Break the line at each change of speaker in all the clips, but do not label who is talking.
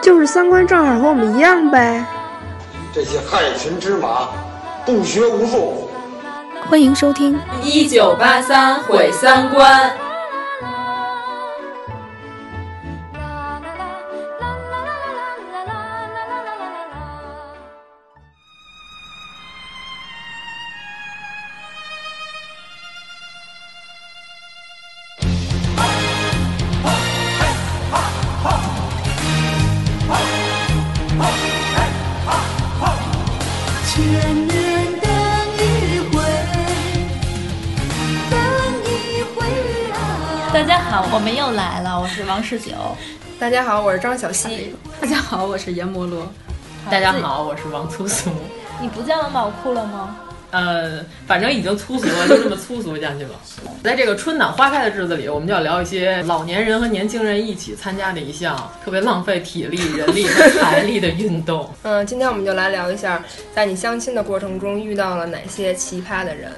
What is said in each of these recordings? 就是三观正好和我们一样呗。
这些害群之马，不学无术。
欢迎收听《
一九八三毁三观》。
大家好，我们又来了，我是王世九。
大家好，我是张小希。
大家好，我是阎摩罗。
大家好，我是王粗俗。
你不见了吗？我哭了吗？
呃，反正已经粗俗了，就这么粗俗下 去吧。在这个春暖花开的日子里，我们就要聊一些老年人和年轻人一起参加的一项特别浪费体力、人力和财力的运 动。
嗯，今天我们就来聊一下，在你相亲的过程中遇到了哪些奇葩的人。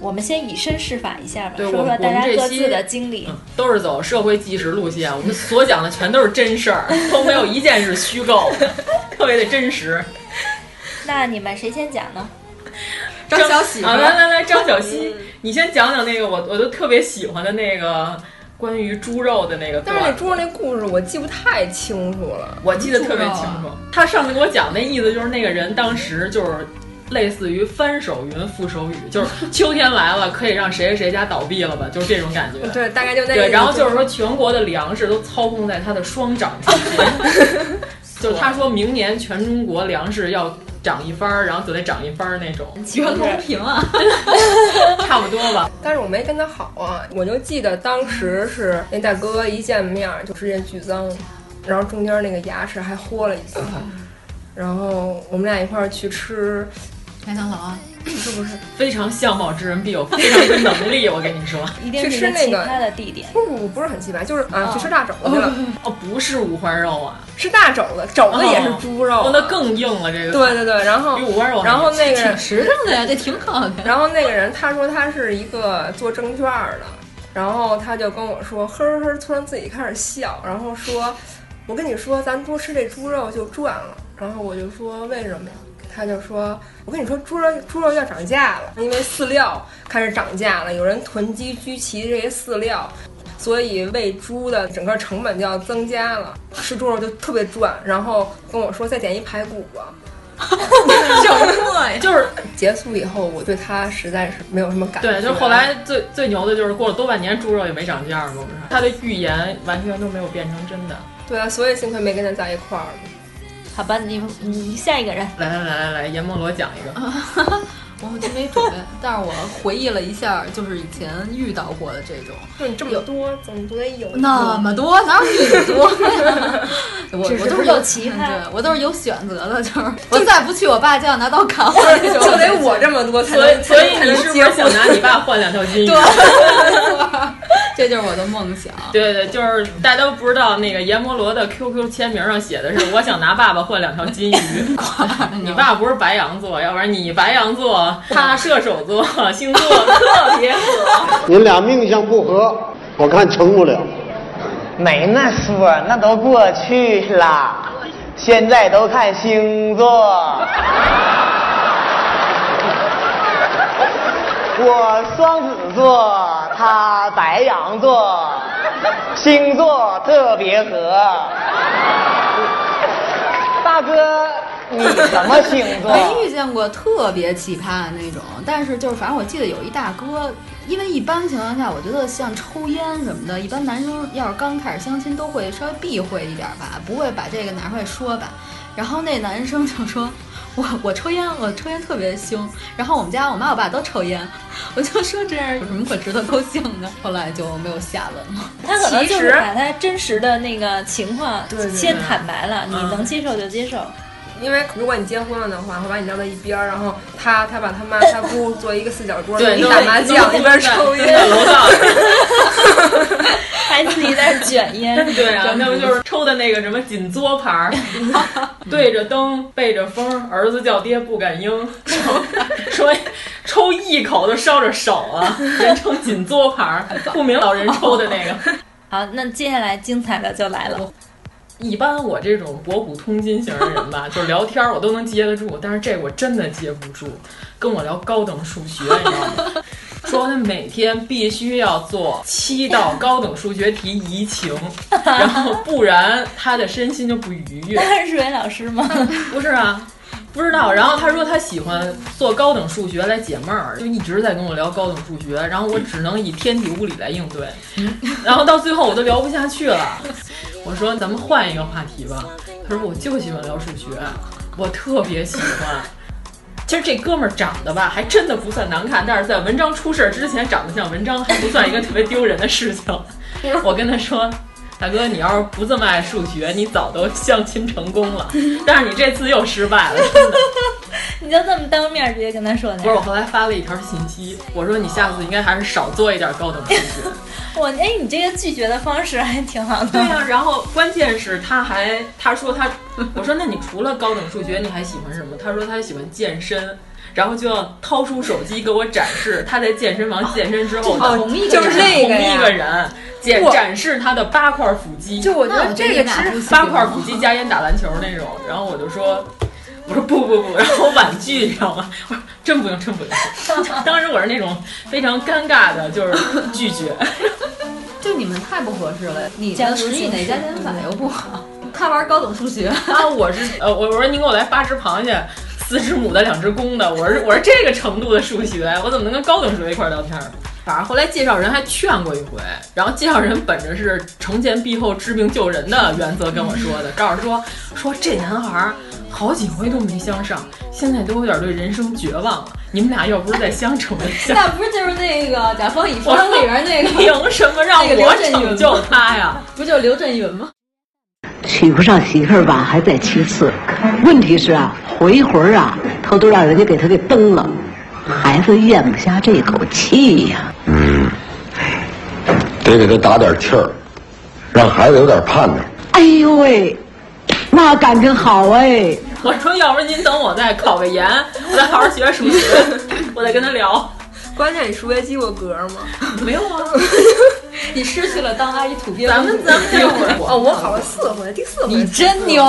我们先以身试法一下吧，
对
说
我
说
们
大
我们
家
这
各
期
自的经历。
嗯都是走社会纪实路线，我们所讲的全都是真事儿，都没有一件是虚构 的，特别的真实。
那你们谁先讲呢？
张小喜嗯
啊，
吧
来来来，张小希，你先讲讲那个我我都特别喜欢的那个关于猪肉的那个
但是那
段。
猪那故事我记不太清楚了。啊
我记得特别清楚，他上次给我讲那意思就是那个人当时就是类似于翻手云覆手雨， 就是秋天来了可以让谁谁谁家倒闭了吧，就是这种感觉。
对，大概就那个意
对，
思。
然后就是说全国的粮食都操控在他的双掌 之间，就是他说明年全中国粮食要涨一番儿，然后就得涨一番儿那种，
袁隆
平啊，差不多吧。
但是我没跟他好啊，我就记得当时是那大哥一见面儿就直接巨脏，然后中间那个牙齿还豁了一下，
嗯
然后我们俩一块儿去吃，
麦当劳啊，
是不是？
非常相貌之人必有非常的能力，我跟你 说，
一定
去
是
吃
一
那
其
个
他的地点。
不不不，不是很奇葩，就是啊，去吃大肘子去了，
哦，不是五花肉啊，
吃大肘子，肘子也是猪肉啊，
哦，那更硬了，这个
对对对，然后
比五花肉还
然后那个
挺时尚的呀，这挺好的。
然后那个人他说他是一个做证券儿的，然后他就跟我说，呵呵呵，突然自己开始笑，然后说，我跟你说，咱多吃这猪肉就赚了。然后我就说为什么呀？他就说，我跟你说，猪肉猪肉要涨价了，因为饲料开始涨价了，有人囤积居奇这些饲料。所以喂猪的整个成本就要增加了，吃猪肉就特别赚。然后跟我说再点一排骨吧。
就是
结束以后，我对他实在是啊没有什么感觉。
对，就是后来最最牛的就是过了多半年，猪肉也没涨价嘛，不是？他的预言完全都没有变成真的。
对啊，所以幸亏没跟他在一块儿。
好吧，你你下一个人，
来来来来来，阎摩罗讲一个，
我真没准备，但是我回忆了一下，就是以前遇到过的这种，
就你这么多，总觉得有
那么多哪有你多？ 我
只是
我都
不
是
够
有
奇葩
对我都是有选择的，就是我再不去，我爸就要拿刀砍我那种。
就得我这么多才
所以
能
所以
才
你
能
是不
结
是
婚
想拿你爸换两条金鱼？
对，这就是我的梦想。
对对，就是大家都不知道那个阎摩罗的 QQ 签名上写的是“我想拿爸爸换两条 金鱼”。
啊
你爸不是白羊座，要不然你白羊座，
啊
他射手座，星座特别合。
您俩命相不合，我看成不了。
没那说，那都过去啦，现在都看星座。我双子座，他白羊座，星座特别合。大哥，你什么星座？
没遇见过特别奇葩的那种，但是就是反正我记得有一大哥，因为一般情况下，我觉得像抽烟什么的，一般男生要是刚开始相亲都会稍微避讳一点吧，不会把这个拿出来说吧。然后那男生就说：“我我抽烟，我抽烟特别凶，然后我们家我妈我爸都抽烟，我就说这样有什么可值得高兴的？后来就没有下文了。
他可能就
其
是
实
把他真实的那个情况
对对对
先坦白了，你
嗯
能接受就接受。
因为如果你结婚了的话，会把你撂在一边儿，然后他他把他妈他姑做一个四角桌，
对，
一
都
打麻将
都
一边抽
都在
烟，
楼道。
还自己在 那儿卷烟，
对啊，那不就是抽的那个什么紧嘬牌儿，对着灯背着风，儿子叫爹不敢应， 说抽一口都烧着手啊，人称紧嘬牌儿，不明老人抽的那个。
好，那接下来精彩的就来了。
一般我这种博古通今型的人吧，就是聊天儿我都能接得住，但是这我真的接不住。跟我聊高等数学，你知道吗？说他每天必须要做七道高等数学题移情，然后不然他的身心就不愉悦。
那是数学老师吗？
不是啊，不知道。然后他说他喜欢做高等数学来解闷儿，就一直在跟我聊高等数学，然后我只能以天体物理来应对，然后到最后我都聊不下去了。我说咱们换一个话题吧。他说我就喜欢聊数学，我特别喜欢。其实这哥们儿长得吧，还真的不算难看，但是在文章出事儿之前，长得像文章还不算一个特别丢人的事情。我跟他说，大哥，你要是不这么爱数学，你早都相亲成功了。但是你这次又失败了。真的
你就这么当面直接跟他说的
不？是，我后来发了一条信息，我说你下次应该还是少做一点高等数学。
我哎，你这个拒绝的方式还挺好
对
的。
呀、然后关键是他还他说他，我说那你除了高等数学，你还喜欢什么？他说他喜欢健身。然后就要掏出手机给我展示他在健身房健身之后的，
同一个
就是
人
那
同
一
一
个
个
人，展展示他的八块腹肌，
就我觉
那
得
我
这
你
个
俩
其
不
实
行
八块腹肌加烟打篮球那种。然后我就说，我说不不不，然后我婉拒，你知道吗？我说真不用，真不用。 当时我是那种非常尴尬的，就是拒绝。
就你们太不合适了，你
家
的
族
实力
形
哪
式
家减法又不好，他玩高等数学，
啊，我是呃，我我说您给我来八只螃蟹，四只母的，两只公的，我是我是这个程度的数学，我怎么能跟高等数学一块儿聊天儿？反正后来介绍人还劝过一回，然后介绍人本着是惩前毖后、治病救人的原则跟我说的，告诉说说这男孩儿好几回都没相上，现在都有点对人生绝望了。你们俩要不是再相处一下，
那不是就是那个《甲方乙方
我》说
里边那个，
凭什么让
那个刘
我
震云
拯救他呀？
不就是刘震云吗？
娶不上媳妇儿吧，还在其次。问题是啊，回魂儿啊，他都让人家给他给蹬了，孩子咽不下这口气呀、
嗯，得给他打点气儿，让孩子有点盼头。
哎呦喂，那感情好哎。
我说，要不然您等我再考个研，我再好好学数学，我再跟他聊。
关键你数学及过格吗？
没有啊，
你失去了当阿姨土鳖的
咱们咱们这会儿，
哦，我考了四回，第四回
你真 牛，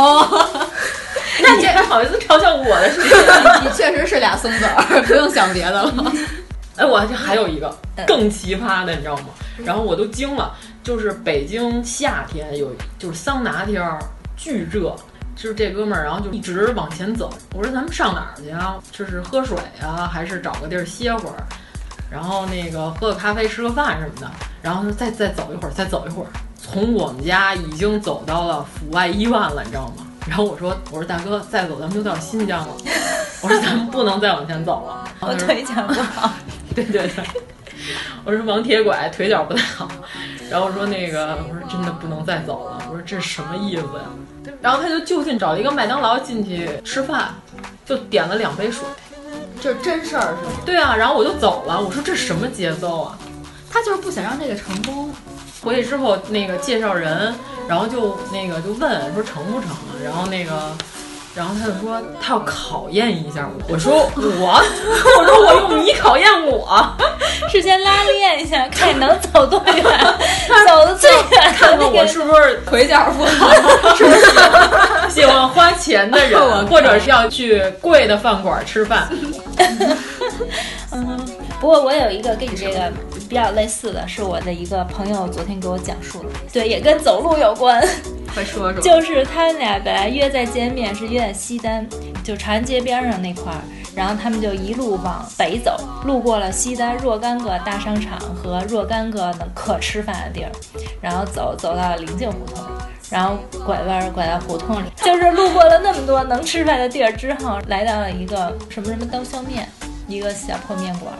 那你还好意思嘲笑我的数学？
你确实是俩松子儿，不用想别的了。
哎，我这还有一个更奇葩的，你知道吗？
嗯
然后我都惊了，就是北京夏天有就是桑拿天儿巨热。就是这哥们儿，然后就一直往前走。我说咱们上哪儿去啊？就是喝水啊，还是找个地儿歇会儿，然后那个喝个咖啡、吃个饭什么的。然后说再再走一会儿，再走一会儿。从我们家已经走到了阜外医院了，你知道吗？然后我说我说大哥，再走咱们就到新疆了。我说咱们不能再往前走了。然
我
后他说
腿 脚不好，
对对对，我说王铁拐腿脚不太好，然后我说那个我说真的不能再走了，我说这什么意思呀？然后他就就近找了一个麦当劳进去吃饭，就点了两杯水。
这是真事儿是吗？
对啊，然后我就走了，我说这什么节奏啊？
他就是不想让这个成功，
回去之后，那个介绍人，然后就那个就问说成不成啊，然后那个，然后他就说他要考验一下我。我说我，我说我用你考验我，
事先拉练一下，看你能走多 远，走的最远
看看我
的
是不是
腿脚不好。
是不是喜欢喜欢花钱的人，或者是要去贵的饭馆吃饭？
那个。不过我有一个跟你这个比较类似的是，我的一个朋友昨天给我讲述的，对，也跟走路有关。
快说说，
就是他们俩本来约在见面，是约在西单，就长安街边上那块儿，然后他们就一路往北走，路过了西单若干个大商场和若干个能可吃饭的地儿，然后走走到了临近胡同，
然后拐弯拐到胡同里，就是路过了那么多能吃饭的地儿之后，来到了一个什么什么刀削面，一个小破面馆，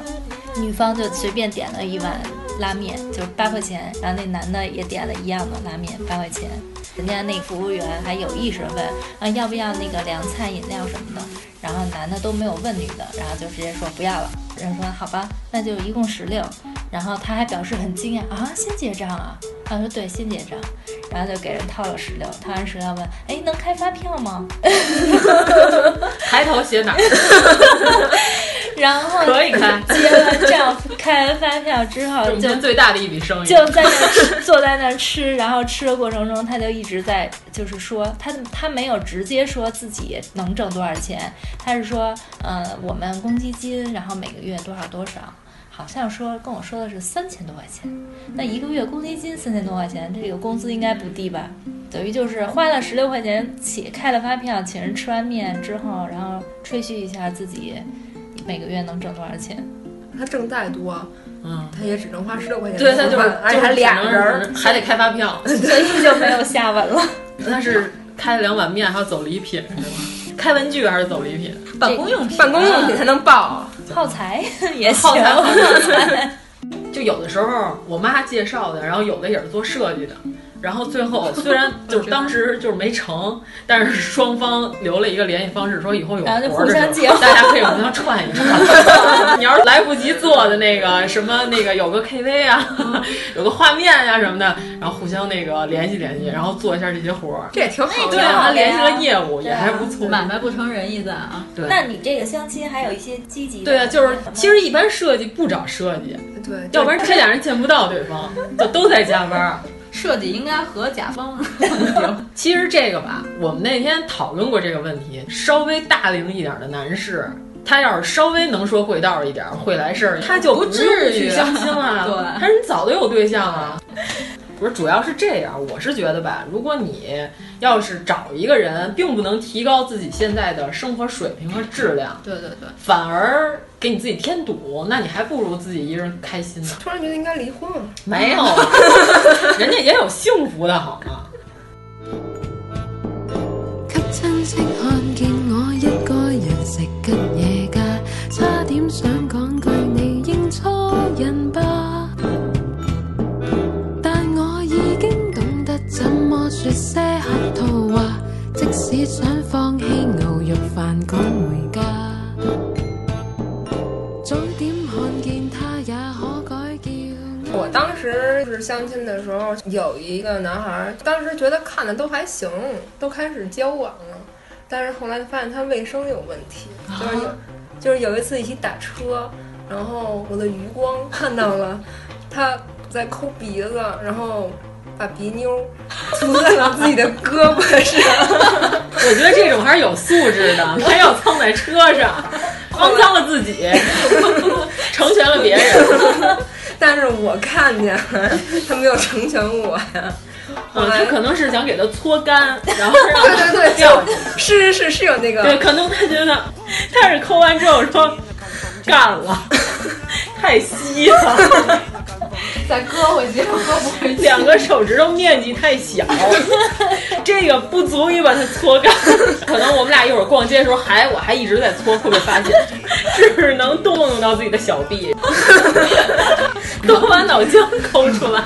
女方就随便点了一碗拉面，就是八块钱，然后那男的也点了一样的拉面，八块钱。人家那服务员还有意识问啊要不要那个凉菜、饮料什么的，然后男的都没有问女的，然后就直接说不要了。人说好吧，那就一共十六。然后他还表示很惊讶啊，先结账啊？他说对，先结账。然后就给人掏了十六，掏完十六问，哎，能开发票吗？
抬头写哪儿？
然后
可以开
结完账，开完发票之后
中
就
间最大的一笔生意，
就在那吃，坐在那吃，然后吃的过程中，他就一直在就是说，他他没有直接说自己能挣多少钱，他是说，呃，我们公积金，然后每个月多少多少，好像说跟我说的是三千多块钱，那一个月公积金三千多块钱，这个工资应该不低吧？等于就是花了十六块钱起开了发票，请人吃完面之后，然后吹嘘一下自己每个月能挣多少钱。
他挣再多，
嗯，
他也只能花十六块钱吃
对他
饭。
就是，
而哎且还
就是
俩
只
人
能
儿，
还得开发票，
所以就没有下文了。
那是开了两碗面，还要走礼品是吧？开文具还是走礼品？
办公用品，
办公
啊
用品才能报。
耗材也行，
耗材耗材就有的时候我妈介绍的，然后有的也是做设计的，然后最后虽然就是当时就是没成，但是双方留了一个联系方式，说以后有活
然后
儿
就
的
互相
时
结
候
婚
大家可以互相串一串。你要是来不及做的那个什么那个有个 KV 啊， 有个画面啊什么的，然后互相那个联系联系，然后做一下这些活儿。
这也挺好
对，
的。
然后联系
对啊
了业务也
对啊
还不错。
买卖不成仁义在啊。
对
那你这个相亲还有一些积极的
对啊，就是其实一般设计不找设计，
对，
要不然这俩人见不到对方，就都在加班儿。
设计应该和甲方
其实这个吧，我们那天讨论过这个问题。稍微大龄一点的男士，他要是稍微能说会道一点，会来事儿，他就
不至于
用去相亲啊了。
对
他人早就有对象了。不是，主要是这样，我是觉得吧，如果你要是找一个人，并不能提高自己现在的生活水平和质量，
对对对，
反而给你自己添堵，那你还不如自己一个人开心呢。
突然觉得应该离婚了。
没有，啊 人家也有幸福的好吗？
给親戚看見我一個人食吉野家，差點想講句你認錯人吧，但我已經懂得怎麼說些客套話，即使想放棄牛肉飯趕回家，早點看見他也可改叫我
我当时就是相亲的时候，有一个男孩儿，当时觉得看的都还行，都开始交往了，但是后来发现他卫生有问题，就是有，就是有一次一起打车，然后我的余光看到了他在抠鼻子，然后把鼻妞涂在了自己的胳膊上，
我觉得这种还是有素质 的，还要蹭在车上，肮脏了自 己，成全了别人。嗯
但是我看见了，他没有成全我呀。后
嗯，他
来
可能是想给他搓干，然后让
对对对，
他掉下去。
就是是是是有那个，
对，可能他觉得他是抠完之后说干 了，太稀了，
再搁回去又搁不回去。
两个手指头面积太小，这个不足以把它搓干。可能我们俩一会儿逛街的时候还我还一直在搓，会不会发现只能动用到自己的小臂，都把脑浆抠出来。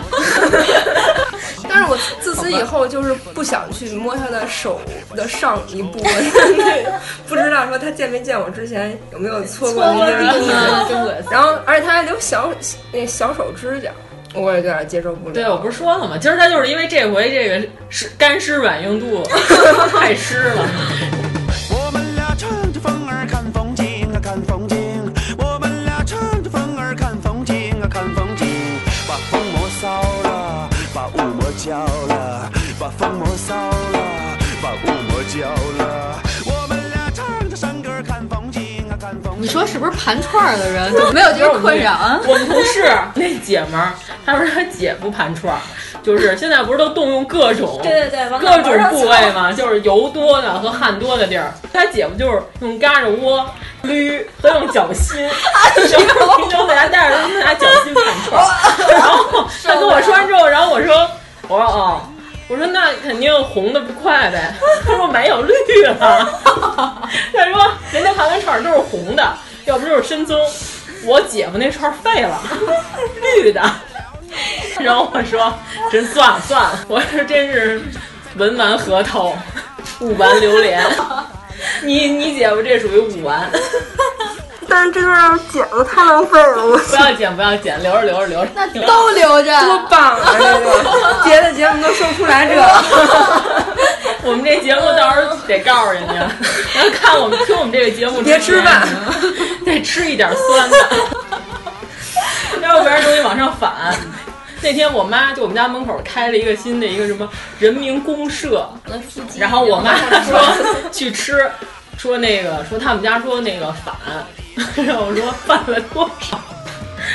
但是我自此以后就是不想去摸他的手的上一部，因为 不知道说他见没见我之前有没有搓过那个地方。
啊真恶心。
然后，而且他还留小那小手指甲，我也有点接受不了。
对，我不是说了吗？今儿他就是因为这回这个湿干湿软硬度太湿了，
我们俩乘着风儿看风景啊，看风景。我们俩乘着风儿看风景啊，看风景。把风磨骚了，把雾磨焦了，把风磨骚了，把雾磨焦了。我们俩唱着山歌看风景啊，看风景。
你说 是不是盘串儿的人就没有这个困扰啊？
我们同事那姐们儿，她说她姐夫盘串儿，就是现在不是都动用各种
对对对，往脑
各
门
种
上
部
凑
位嘛，就是油多的和汗多的地儿。她姐夫就是用嘎着窝、捋和用脚心，然后平常在家带着他们拿脚心盘串儿。然后他跟我说完之后，然后我说，我说哦。我说那肯定红的不快呗。他说没有绿了。他说人家韩文串都是红的，要不就是深棕。我姐夫那串废了，绿的。 然后我说真算了算了，我说真是文玩核桃，武玩榴莲。 你你姐夫这属于武玩。
但是这段要是剪了太浪费了，我
不要剪，不要剪，留着留着留着。那
都留着，
多棒啊！这个别的节目都说不出来这个。
我们这节目到时候得告诉人家， 然后看我们听我们这个节目，
别吃饭，
得吃一点酸的，要不然容易往上反。那天我妈就我们家门口开了一个新的一个什么人民公社，然后我妈说去吃，说那个说他们家说那个反， 然后我说犯了多少，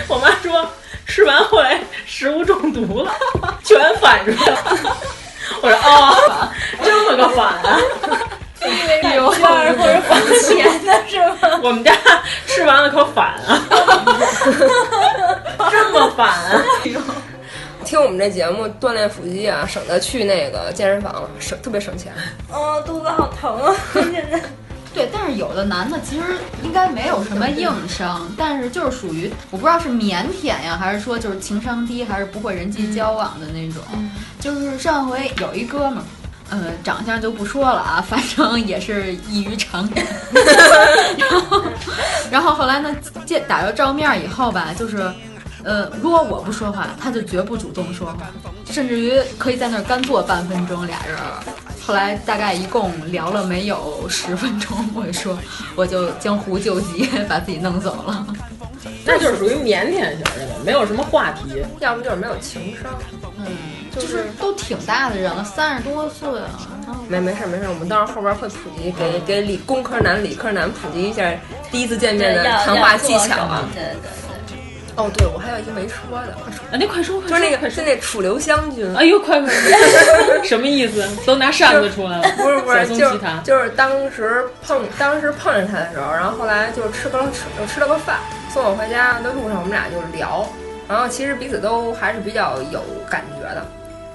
我妈说吃完后来食物中毒了，全反出来了。我说哦，这么个反啊！哎
以为买券或者返钱的是吗？
我们家吃完了可反啊，这么反啊！
听我们这节目锻炼腹肌啊，省得去那个健身房了，省特别省钱。
哦，肚子好疼啊！现在。
对，但是有的男的其实应该没有什么硬伤，但是就是属于我不知道是腼腆呀，还是说就是情商低，还是不会人际交往的那种。嗯、就是上回有一哥们儿，呃，长相就不说了啊，反正也是异于常人。然后，然后后来呢，见打着照面以后吧，就是。呃，如果我不说话，他就绝不主动说话，甚至于可以在那儿干坐半分钟，俩人。后来大概一共聊了没有十分钟，我就说我就江湖救急，把自己弄走了。
那就是属于腼腆型的，没有什么话题，
要么就是没有情商。
嗯，就是都挺大的人了，三十多岁了。
没没事没事，我们到时候后边会普及，给给理工科男、理科男普及一下第一次见面的谈话技巧啊。
对对对。
哦，对，我还有一个没说的，快说！
啊，那快说，快
说 就是那个，是那楚留香君。
哎呦，快快！ 什么意思？都拿扇子出来了？
不是不是，
就
就是当时碰，当时碰见他的时候，然后后来就吃个吃吃了个饭，送我回家的路上，我们俩就聊，然后其实彼此都还是比较有感觉的，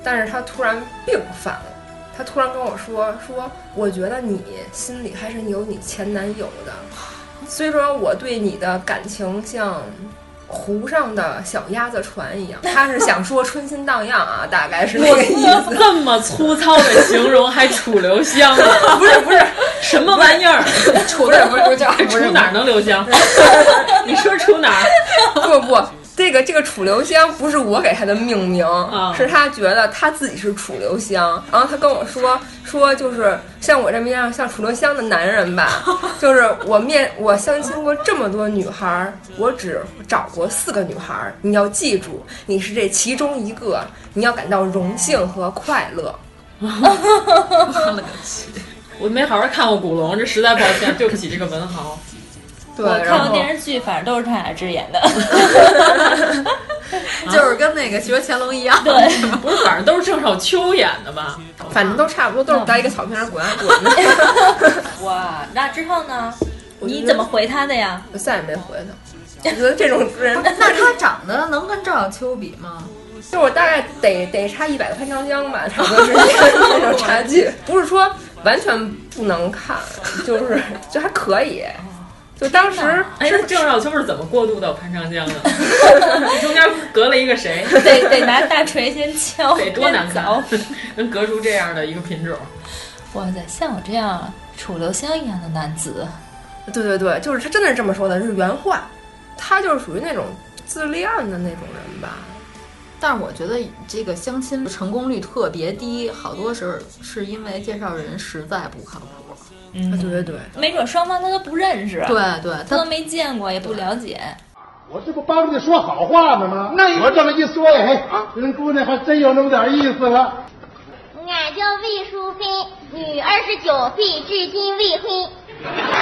但是他突然病犯了，他突然跟我说说，我觉得你心里还是有你前男友的，虽说我对你的感情像。湖上的小鸭子船一样，他是想说春心荡漾啊，大 概是那个意思。
这么粗糙的形容还楚留香啊？
不是不是，
什么玩意儿？
楚不是不是叫
楚哪儿能留 香？你说楚哪儿？
不不，这个这个楚留香不是我给他的命名，哦、是他觉得他自己是楚留香，然后他跟我说说就是像我这么样像楚留香的男人 吧，就是我面我相亲过这么多女孩，我只找。国四个女孩，你要记住，你是这其中一个，你要感到荣幸和快乐。
我了个去！我没好好看过古龙，这实在抱歉，对不起这个文豪。
对，嗯
我看过电视剧，反正都是他俩之演的，
就是跟那个《学乾隆》一样。
对，
不是，反正都是郑少秋演的吧？
反正都差不多，都是在一个草坪上滚啊滚
的。哇，那之后呢？你怎么回他的呀？
我再也没回他。我觉得这种人，
哦那他长得能跟赵小秋比吗？
就我大概得得差一百块长江吧，差不多是那种差距。不是说完全不能看，就是就还可以。
哦
就当时，
哎，那郑少秋是怎么过渡到潘长 江的？中间隔了一个 谁？
得得拿大锤先敲，
得多难凿， 能隔出这样的一个品种。
哇塞，像我这样楚留香一样的男子，
对对对，就是他真的是这么说的，是原话。他就是属于那种自恋的那种人吧，
但是我觉得这个相亲成功率特别低，好多时候是因为介绍人实在不靠谱。
嗯，对对对，
没准双方他都不认识，
对对，
他都没见过，也不了解。
我这不帮你说好话呢吗？那我这么一说，哎，人姑娘还真有那么点意思了。
俺叫魏淑芬，女，二十九岁，至今未婚。俺能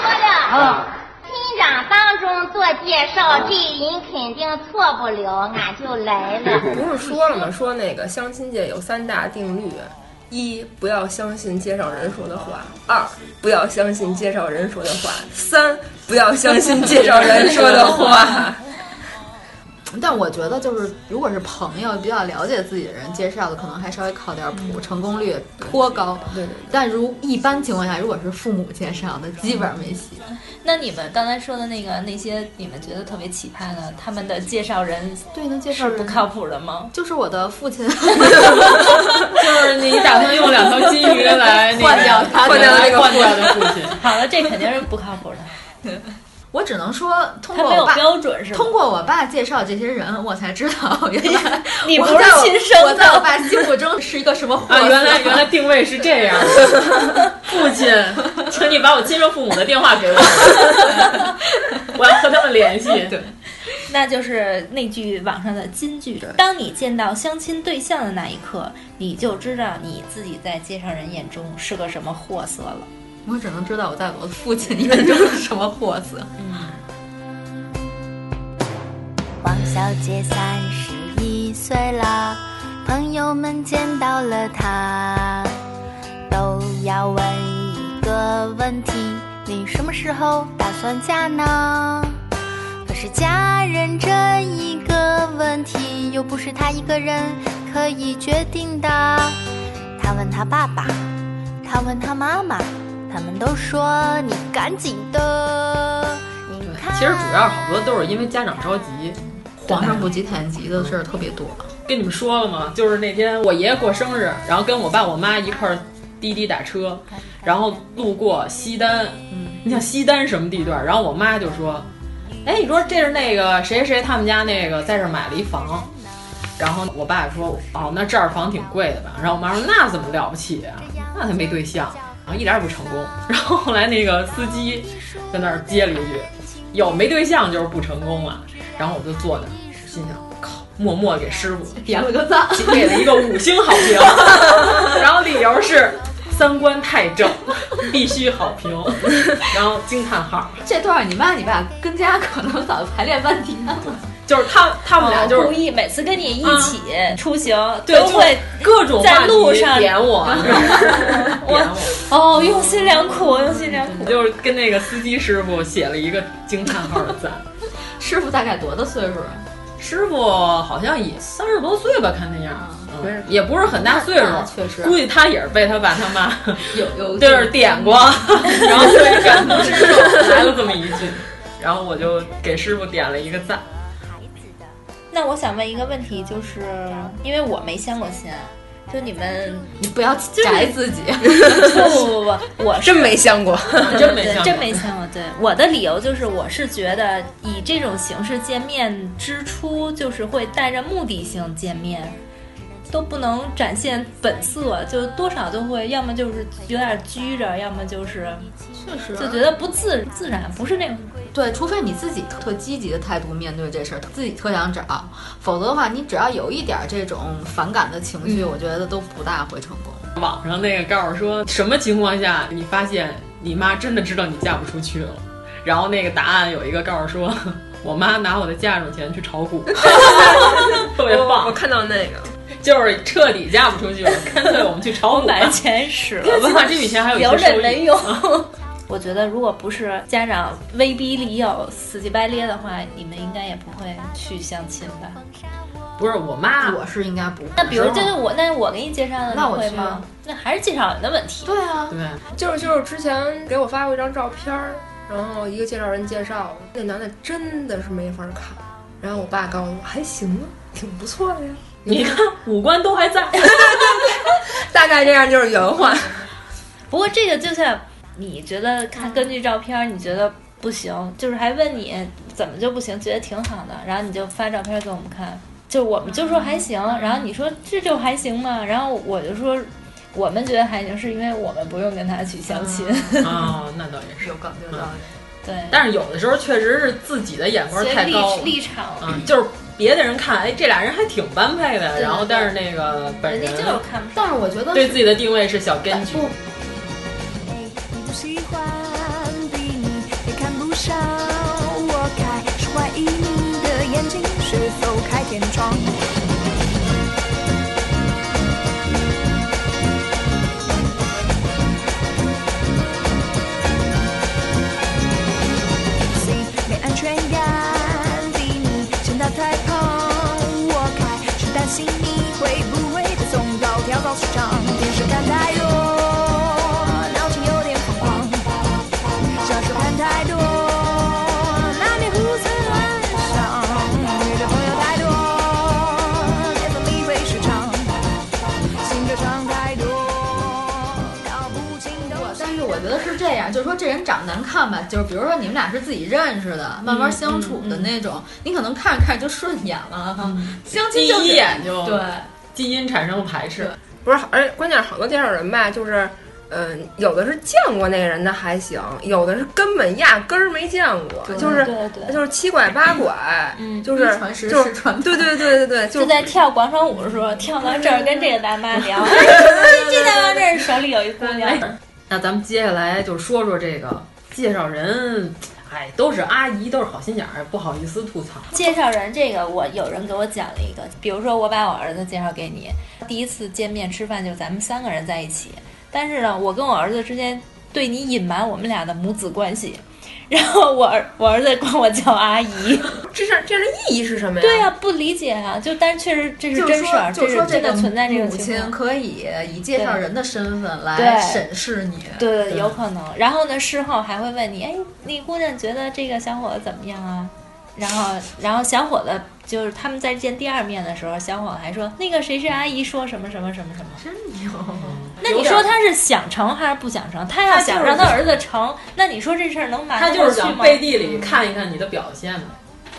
说的啊。亲长当中做介绍，这人肯定错不了，俺就来了。
不是说了吗？说那个相亲界有三大定律：一，不要相信介绍人说的话；二，不要相信介绍 人说的话；三，不要相信介绍人说的话。
但我觉得就是，如果是朋友比较了解自己的人介绍的，可能还稍微靠点谱，
嗯
成功率颇高。
对对。
但如一般情况下，如果是父母介绍的，基本上没戏。
那你们刚才说的那个那些你们觉得特别奇葩的，他们的介绍人
对那介绍
是不靠谱的吗？
嗯就是我的父 亲，
就是
你打算用两条金鱼 来那个换掉他的换掉那个换掉的父亲
好了，这肯定是不靠谱的。
我只能说，通过
他没 有
我爸
标准是吧
通过我爸介绍这些人，我才知道原来
你
我
不是
在我
亲生的
我在我爸心目中是一个什么货色
啊，原来原来定位是这样， 父亲，请你把我亲生父母的电话给我，我要和他们联系。对，
那就是那句网上的金句：当你见到相亲对象的那一刻，你就知道你自己在介绍人眼中是个什么货色了。
我只能知道我在我父亲眼中是什么货色。
王小姐三十一岁啦，朋友们见到了她，都要问一个问题：你什么时候打算嫁呢？可是嫁人这一个问题，又不是她一个人可以决定的。她问她爸爸，她问她妈妈，他们都说你赶紧的。
嗯
其实主要好多都是因为家长着急。
皇上不急太急的事儿特别多。
跟你们说了吗？就是那天我爷爷过生日，然后跟我爸我妈一块儿滴滴打车，然后路过西单，
嗯
你想西单什么地段？然后我妈就说：“哎，你说这是那个谁谁谁他们家那个在这儿买了一房。”然后我爸说：“哦，那这儿房挺贵的吧？”然后我妈说：“那怎么了不起啊？那他没对象，然后一点儿也不成功。”然后后来那个司机在那儿接了一句：“有没对象就是不成功了。”然后我就坐那儿，心想：“靠，默默给师傅
点了个赞，
给了一个五星好 评。然后理由是三观太正，必须好评，然后惊叹号。
这段哎你妈你爸跟家可能早排练半天了。
就是他他们俩就是
哦故意每次跟你一起出行，
对
都会
就各种
在路上
话题点我
啊
点
哦，用心良苦，用心良苦。
就是跟那个司机师傅写了一个惊叹号的赞。
师傅大概多大岁数啊？
师傅好像也三十多岁吧，看那样，嗯也不是很大岁数
那，确实
估计他也是被他爸他妈
有有
就是点 过，然后所以感 同身受来了这么一句，然后我就给师傅点了一个赞。
那我想问一个问题，就是因为我没相过亲，就 你们
你不要
宅
自己
不不不不，我是，
真没相过
啊
真没相过
真没相过。对，我的理由就是，我是觉得以这种形式见面之初，就是会带着目的性见面，都不能展现本色，就多少都会，要么就是有点拘着，要么就是
确实
就觉得不自自然，不是那种。
对，除非你自己特特积极的态度面对这事儿，自己特想找，否则的话，你只要有一点儿这种反感的情绪，
嗯
我觉得都不大会成功。
网上那个告诉说，什么情况下你发现你妈真的知道你嫁不出去了？然后那个答案有一个告诉说， 我妈拿我的嫁妆钱去炒股， 特别棒。我
看到那个，
就是彻底嫁不出去了，干脆我们去炒股吧。
把钱使 了吧，
起码这笔钱还有一
有
些收
忍
益。
能用。我觉得，如果不是家长威逼利诱、死乞白咧的话，你们应该也不会去相亲吧？
不是我妈，
我是应该不会。
那比如嗯就是我，那我给你介绍的，
那
你
我
会
去
吗
啊？
那还是介绍人的问题。
对啊，
对，
就是就是之前给我发过一张照片儿，然后一个介绍人介绍，那男的真的是没法看。然后我爸告诉我还行啊，挺不错的呀。
你看五官都还在，
大概这样就是原话。
不过这个就像你觉得看根据照片儿，你觉得不行，就是还问你怎么就不行，觉得挺好的，然后你就发照片给我们看，就我们就说还行，然后你说这就还行吗？然后我就说我们觉得还行，是因为我们不用跟他去相亲。
啊
哦，那倒也是
有梗有道理。
对，
但是有的时候确实是自己的眼光太高，
立立场，
嗯，就是别的人看，哎，这俩人还挺般配的，
对
然后但是那个本人
看不
但是我觉得
对自己的定位是小根据。
不喜欢的你，也看不上我开始怀疑你的眼睛是否开天窗。没安全感的你，真的太胖，
觉得是这样，就是说这人长难看吧，就是比如说你们俩是自己认识的，慢慢相处的那种，你可能看着看着就顺眼了，相
第
亲就
一
是
眼就
对，
基因产生排斥。
不是，而且关键是好多介绍人吧，就是，嗯、有的是见过那个人的还行，有的是根本压根儿没见过，
对
就是
对对
就是七拐八拐，
嗯
就是
一传十
就
十
是对对对对对，
就在跳广场舞的时候，跳到这儿跟这个大妈聊，哎，这大妈这儿手里有一姑娘，
那咱们接下来就说说这个介绍人，哎，都是阿姨，都是好心眼儿，不好意思吐槽。
介绍人这个，我有人给我讲了一个，比如说我把我儿子介绍给你，第一次见面吃饭就是咱们三个人在一起，但是呢，我跟我儿子之间对你隐瞒我们俩的母子关系， 然后我儿我儿子 管我叫阿姨，
这事儿这事儿意义是什么呀？
对呀、不理解啊，就但是确实这是
就
真事
说
儿，
就说
是真
个
的存在这种
母
情
亲
况。
可以以介绍
对
人的身份来
对
审视你，
对对，有可能。然后呢，事后还会问你，哎，那姑娘觉得这个小伙子怎么样啊？然后，然后小伙子就是他们在见第二面的时候，小伙子还说那个谁谁阿姨说什么什么什么什么。
真有。
那你说他是想成还是不想成？他要
他
想
就是
让他儿子成，那你说这事儿能瞒
他
得过
就是
去
想
吗？
背地里看一看你的表现呗，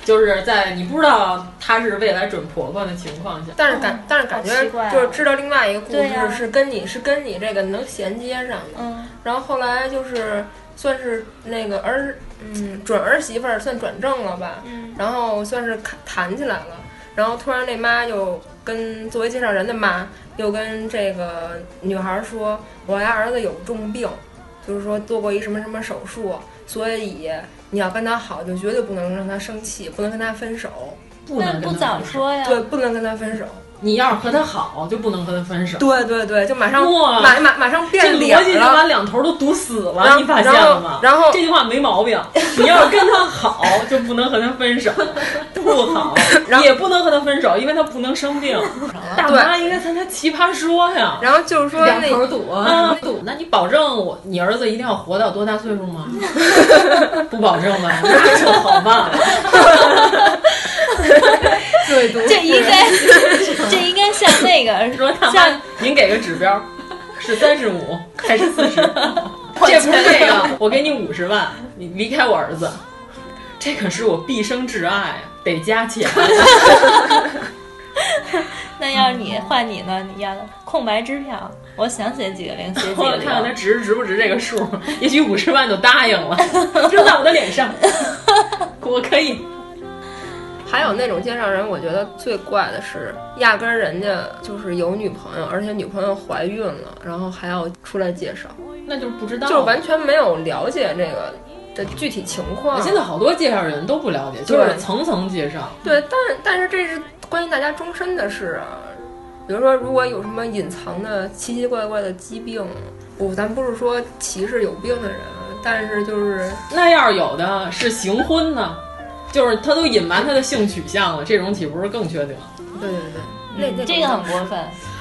就是在你不知道她是未来准婆婆的情况下，
但是
哦
感、但是感
好奇
觉
怪啊
就是知道另外一个故
对
事
呀
是跟你、是跟你这个能衔接上的，
嗯，
然后后来就是算是那个儿嗯准儿媳妇儿算转正了吧，
嗯
然后算是谈谈起来了，然后突然那妈就跟作为介绍人的妈又跟这个女孩儿说，我家儿子有重病，就是说做过一什么什么手术，所以你要跟他好，就绝对不能让他生气，不能跟他分手，
不能跟他分手那不早
说呀
对，不能跟他分手。
你要是和她好，就不能和她分手。
对对对，就马上
哇
马马马上变脸
这逻辑就
了
把两头都堵死
然
了，
后
你发现了吗？
然后然后
这句话没毛 病，你要是跟她好，就不能和她分手；不好，也不能和她分手，因为她不能生病。大妈应该参加奇葩说呀。
然后就是说
两
那嗯
头堵啊，堵。那你保证我你儿子一定要活到多大岁数 吗？不保证吧，那就好嘛。
对，
这应该这应该像那个
说大
像
妈，您给个指标，是三十五还是 四十？这不是那个，我给你五十万，你离开我儿子，这可是我毕生挚爱，啊得加钱。
那要是你换你呢？你要空白支票，我想写几个零，写几
我
个
得
零。
看看他值值不值这个数， 也许五十万就答应 了，扔在我的脸上， 我可以。
还有那种介绍人，我觉得最怪的是，压根儿人家就是有女朋友，而且女朋友怀孕了，然后还要出来介绍，
哦
那就是不知道，
就是完全没有了解这个的具体情况。
现在好多介绍人都不了解，就是
对
层层介绍。
对，但但是这是关于大家终身的事啊。比如说，如果有什么隐藏的奇奇怪怪的疾病，我咱不是说歧视有病的人，但是就是
那要是有的是行婚呢，就是他都隐瞒他的性取向了，这种岂不是更缺德？
对对
那
嗯这个很过分。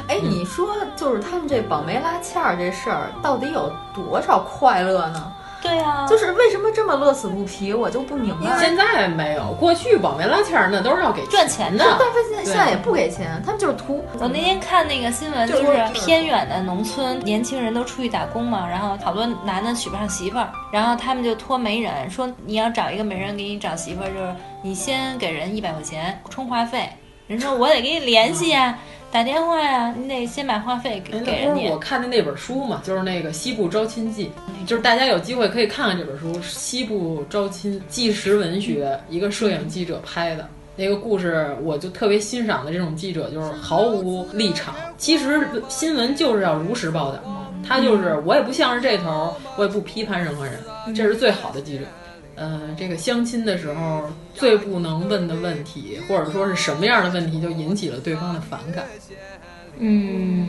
哎，你说就是他们这绑媒拉纤儿这事儿，到底有多少快乐呢？
对啊，
就是为什么这么乐此不疲，我就不明白。
现在没有，过去保媒拉纤儿那都是要给
赚钱
的，
但是现在现在也不给钱，他们就是图。
我那天看那个新闻，
就
就是是偏远的农村，年轻人都出去打工嘛，然后好多男的娶不上媳妇儿，然后他们就托媒人说，你要找一个媒人给你找媳妇儿，就是你先给人一百块钱充话费，人说我得给你联系呀、打电话呀、你得先把话费给
哎
给
那
人
不是
家
我。看的那本书嘛，就是那个《西部招亲记》，就是大家有机会可以看看这本书，《西部招亲》纪实文学，一个摄影记者拍的。那个故事，我就特别欣赏的这种记者，就是毫无立场。其实新闻就是要如实报道，他就是
嗯
我也不像是这头儿，我也不批判任何人，这是最好的记者。呃，这个相亲的时候最不能问的问题，或者说是什么样的问题，就引起了对方的反感。
嗯，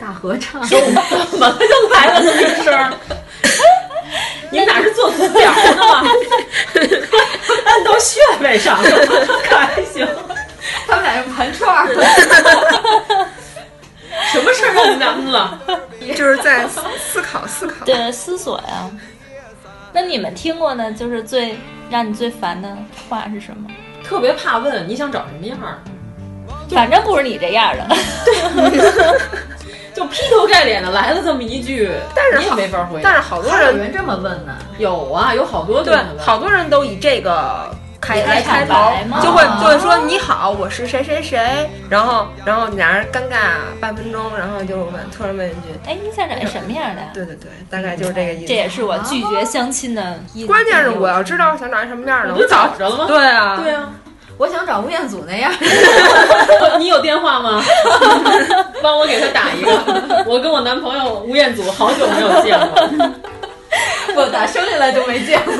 大合唱，
说我怎么就来了这么一声儿？你们俩是做图表的吗？按到穴位上了，可还行？
他们俩是盘串儿的。
什么事儿让你们俩嗯了？
就是在思思考思考，
对，思索呀、那你们听过呢？就是最让你最烦的话是什么？
特别怕问你想找什么样儿的，
反正不是你这样的。
就劈头盖带脸的来了这么一句，
但是
你也没法回答。
但是好多人
这么问呢、
有啊，有好多
对
这么，问
好多人都以这个开来
开
开
场
头
白嘛，
就会
啊
就会说你好，我是谁谁谁，然后然后俩人尴尬半分钟，然后就问突然问一句，
哎，你想长什么样的呀？
对对对，大概就是这个意 思。
这也是我拒绝相亲的一。
关键是我要知道想长什么样的，
我不
早
找着了吗
对啊，
对
啊，
我想找吴彦祖那样。
呃你有电话吗？ 帮我给他打一个。 我跟我男朋友吴彦祖好久没有见过，
我打生下来就没见过。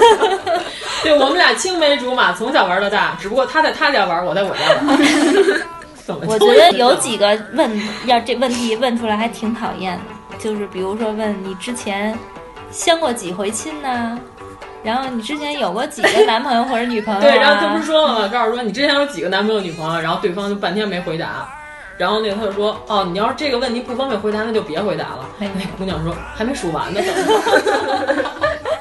对我们俩青梅竹马，从小玩到大，只不过他在他家玩，我在我家玩。 怎么就
我觉得有几个问，要这问题问出来还挺讨厌的，就是比如说问你之前相过几回亲呢、然后你之前有过几个男朋友或者女朋友、啊？
对，然后他不是说了吗？告诉说你之前有几个男朋友、女朋友，然后对方就半天没回答。然后那个他就说，哦，你要是这个问题不方便回答，那就别回答了。
哎
那姑娘说还没数完呢，等一会儿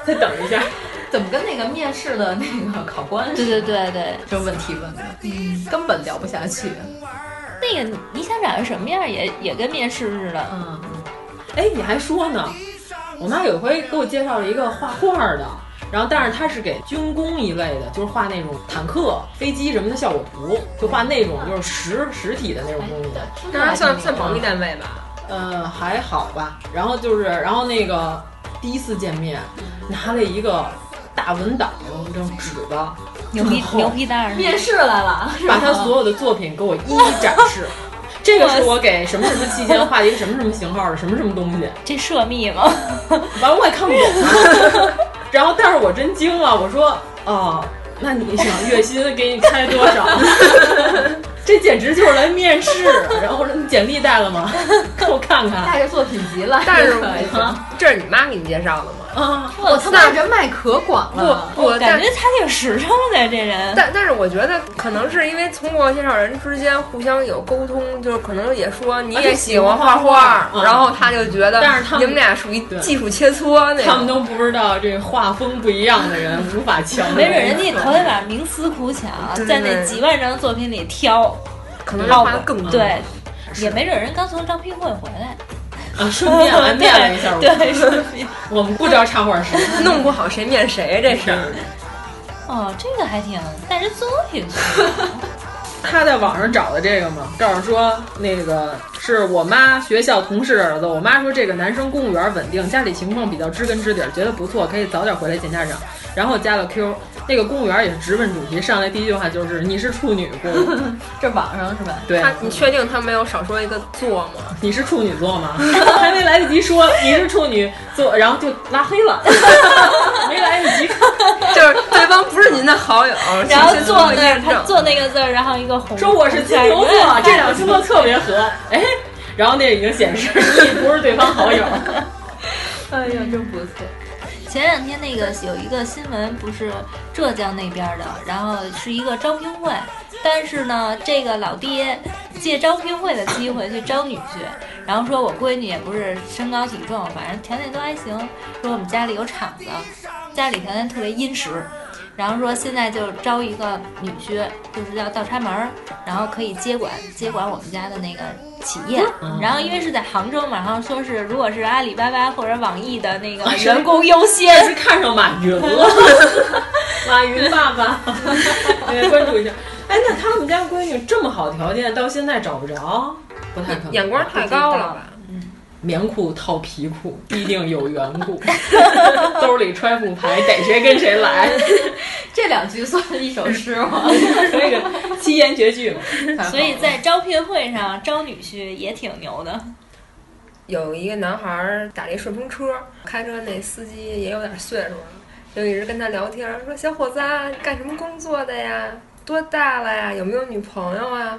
再等一下。
怎么跟那个面试的那个考官似 的？
对对对对，
这问题问的，根本聊不下去。
那个你想长成什么样也也跟面试似的。
嗯，
哎，你还说呢？我妈有回给我介绍了一个画画的，然后但是她是给军工一类的，就是画那种坦克、飞机什么的效果图，就画那种就是实实体的那种东西。
那还算算保密单位吧？
呃，还好吧。然后就是，然后那个第一次见面，拿了一个大文档，那张纸吧，
牛皮
这么厚
牛皮蛋儿，
面试来了，是吧
把他所有的作品给我一一展示。 这个是我给什么什么期间画的一个什么什么型号的什么什么东西，
这涉密吗？
完了我也看不懂 啊。然后，但是我真惊了，我说哦，那你想月薪给你开多少？ 这简直就是来面试。然后我说你简历带了 吗？给我看看。
带着作品集来，
但是
我
这是你妈给你介绍的吗？
啊，
我他妈人脉可广了，
不，我
感
觉他挺实诚的这人。
但但是我觉得可能是因为通过介绍人之间互相有沟通，就是可能也说你
啊
也
就
喜
喜欢
欢画
画
画，
嗯
然后他就觉得，
但是他们
你们俩属于
对
技术切磋那
他们
种。
都不知道这画风不一样的人无法强
没准人家头天晚上冥思苦想，
对
在
对
那
对
几万张作品里挑，
可
能
要
画得更多
对，也没准人刚从张批会回来，
啊，顺便还面了一下我。
对对顺便
我们不知道插画 师，
弄不好谁面谁这事儿。
哦，这个还挺带着作品去。
他在网上找的这个嘛，告诉说那个是我妈学校同事儿子。我妈说这个男生公务员稳定，家里情况比较知根知底儿，觉得不错，可以早点回来见家长。然后加了 Q，那个公务员也是直问主题，上来第一句话就是你是处女不？
这网上是吧？
对
他，你确定他没有少说一个座吗？
你是处女座吗？ 还没来得及说你是处女座，然后就拉黑 了，没来得及看。
就是对方不是您的好友，
然后
请先
坐
做
那儿，
验
他
证。
做那个字儿，然后一个红。
说我是金 牛座，这两个星座特别合。哎，然后那已经显示 你不是对方好友。
哎呀，真不错。
前两天那个有一个新闻，不是浙江那边的，然后是一个招聘会，但是呢，这个老爹借招聘会的机会去招女婿，然后说我闺女也不是身高体重，反正条件都还行，说我们家里有厂子，家里条件特别殷实，然后说现在就招一个女婿，就是要倒插门儿，然后可以接管接管我们家的那个企业。
嗯
然后因为是在杭州嘛，然后说是如果是阿里巴巴或者网易的那个
啊是
员工优
但
先，
是看上马云了， 马云爸爸， 对，关注一下。哎，那他们家闺女这么好条件，到现在找不着，不太可能。
眼光太高了吧？
棉裤套皮裤，必定有缘故。 兜里揣副牌，逮谁跟谁来。
这两句算一首诗 吗？
那个七言绝句嘛。
所以在招聘会上招女婿也挺牛的。
有一个男孩儿打了一顺风车，开车那司机也有点岁数了，就一直跟他聊天儿，说小伙子啊你干什么工作的呀？多大了呀？有没有女朋友啊？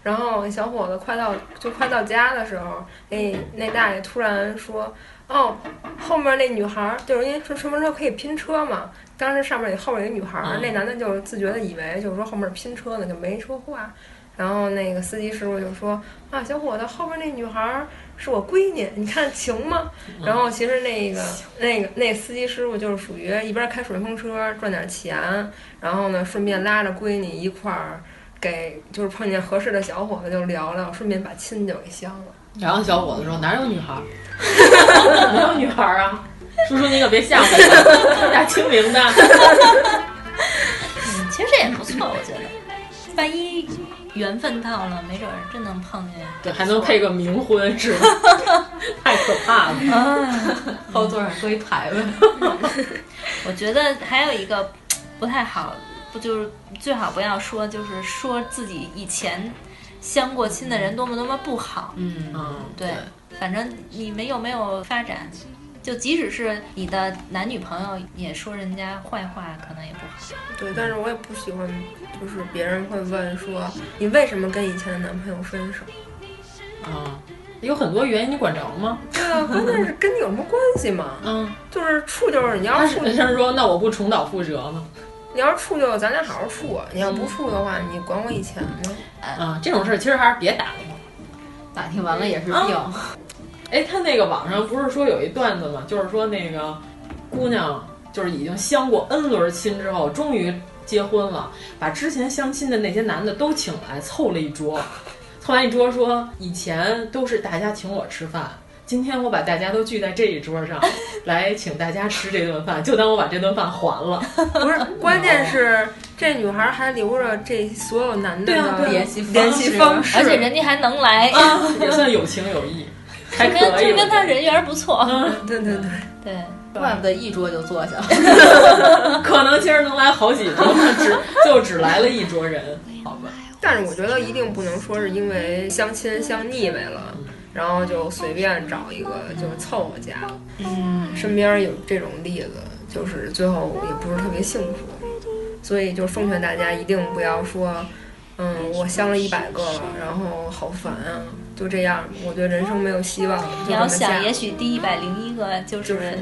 然后小伙子快到就快到家的时候，那那大爷突然说：“哦，后面那女孩儿就是因为顺顺风车可以拼车嘛。”当时上面有后面有女孩儿，
嗯
那男的就自觉的以为就是说后面拼车呢，就没说话。然后那个司机师傅就说：“啊，小伙子，后面那女孩儿是我闺女，你看行吗？”然后其实那个那个那司机师傅就是属于一边开顺风车赚点钱，然后呢顺便拉着闺女一块儿给，就是碰见合适的小伙子就聊聊，顺便把亲就给相了。
然后小伙子说：“哪有女孩儿？ 哪有女孩儿啊？叔叔你可别吓我， 我大清明的。
嗯 其实这也不错，我觉得，万一缘分到了，没准儿真能碰见。
对，还能配个冥婚，是 吗？太可怕了。
后座上搁一牌子。
我觉得还有一个不太好，不就是最好不要说，就是说自己以前相过亲的人多么多么不好。
嗯嗯，
对，反正你们有没有发展，就即使是你的男女朋友，也说人家坏话，可能也不 好。
对，但是我也不喜欢，就是别人会问说你为什么跟以前的男朋友分手？
啊，有很多原因，你管着吗？
对啊，关键是跟你有什么关系嘛？
嗯，
就是处就是你要
他
是处，
是他说：“那我不重蹈覆辙吗
你要是处就咱俩好好处啊，你要不处的话，你管我以前吗？？”
啊，这种事儿其实还是别打听了，
打听完了也是
嗯
病。
啊哎，他那个网上不是说有一段子吗？就是说那个姑娘就是已经相过 N 轮亲之后，终于结婚了，把之前相亲的那些男的都请来凑了一桌，凑完一桌说以前都是大家请我吃饭。今天我把大家都聚在这一桌上，来请大家吃这顿饭，就当我把这顿饭还了。
不是，关键是这女孩还留着这所有男的
对啊对
的
啊
联系方式，
而且人家还能来，
啊， 也算有情有义，还可
就
以。
跟就
我觉
跟
得
他人缘不错。
对对对，
对，
怪不得一桌就坐下了。
可能其实能来好几桌，只就只来了一桌人，好吧？
但是我觉得一定不能说是因为相亲相腻歪了，然后就随便找一个就是凑合家。
嗯，
身边有这种例子，就是最后也不是特别幸福。所以就奉劝大家一定不要说，嗯，我相了一百个了，然后好烦啊，就这样，我觉得人生没有希望。就
你要
这么下
想，也许第一百零一个就是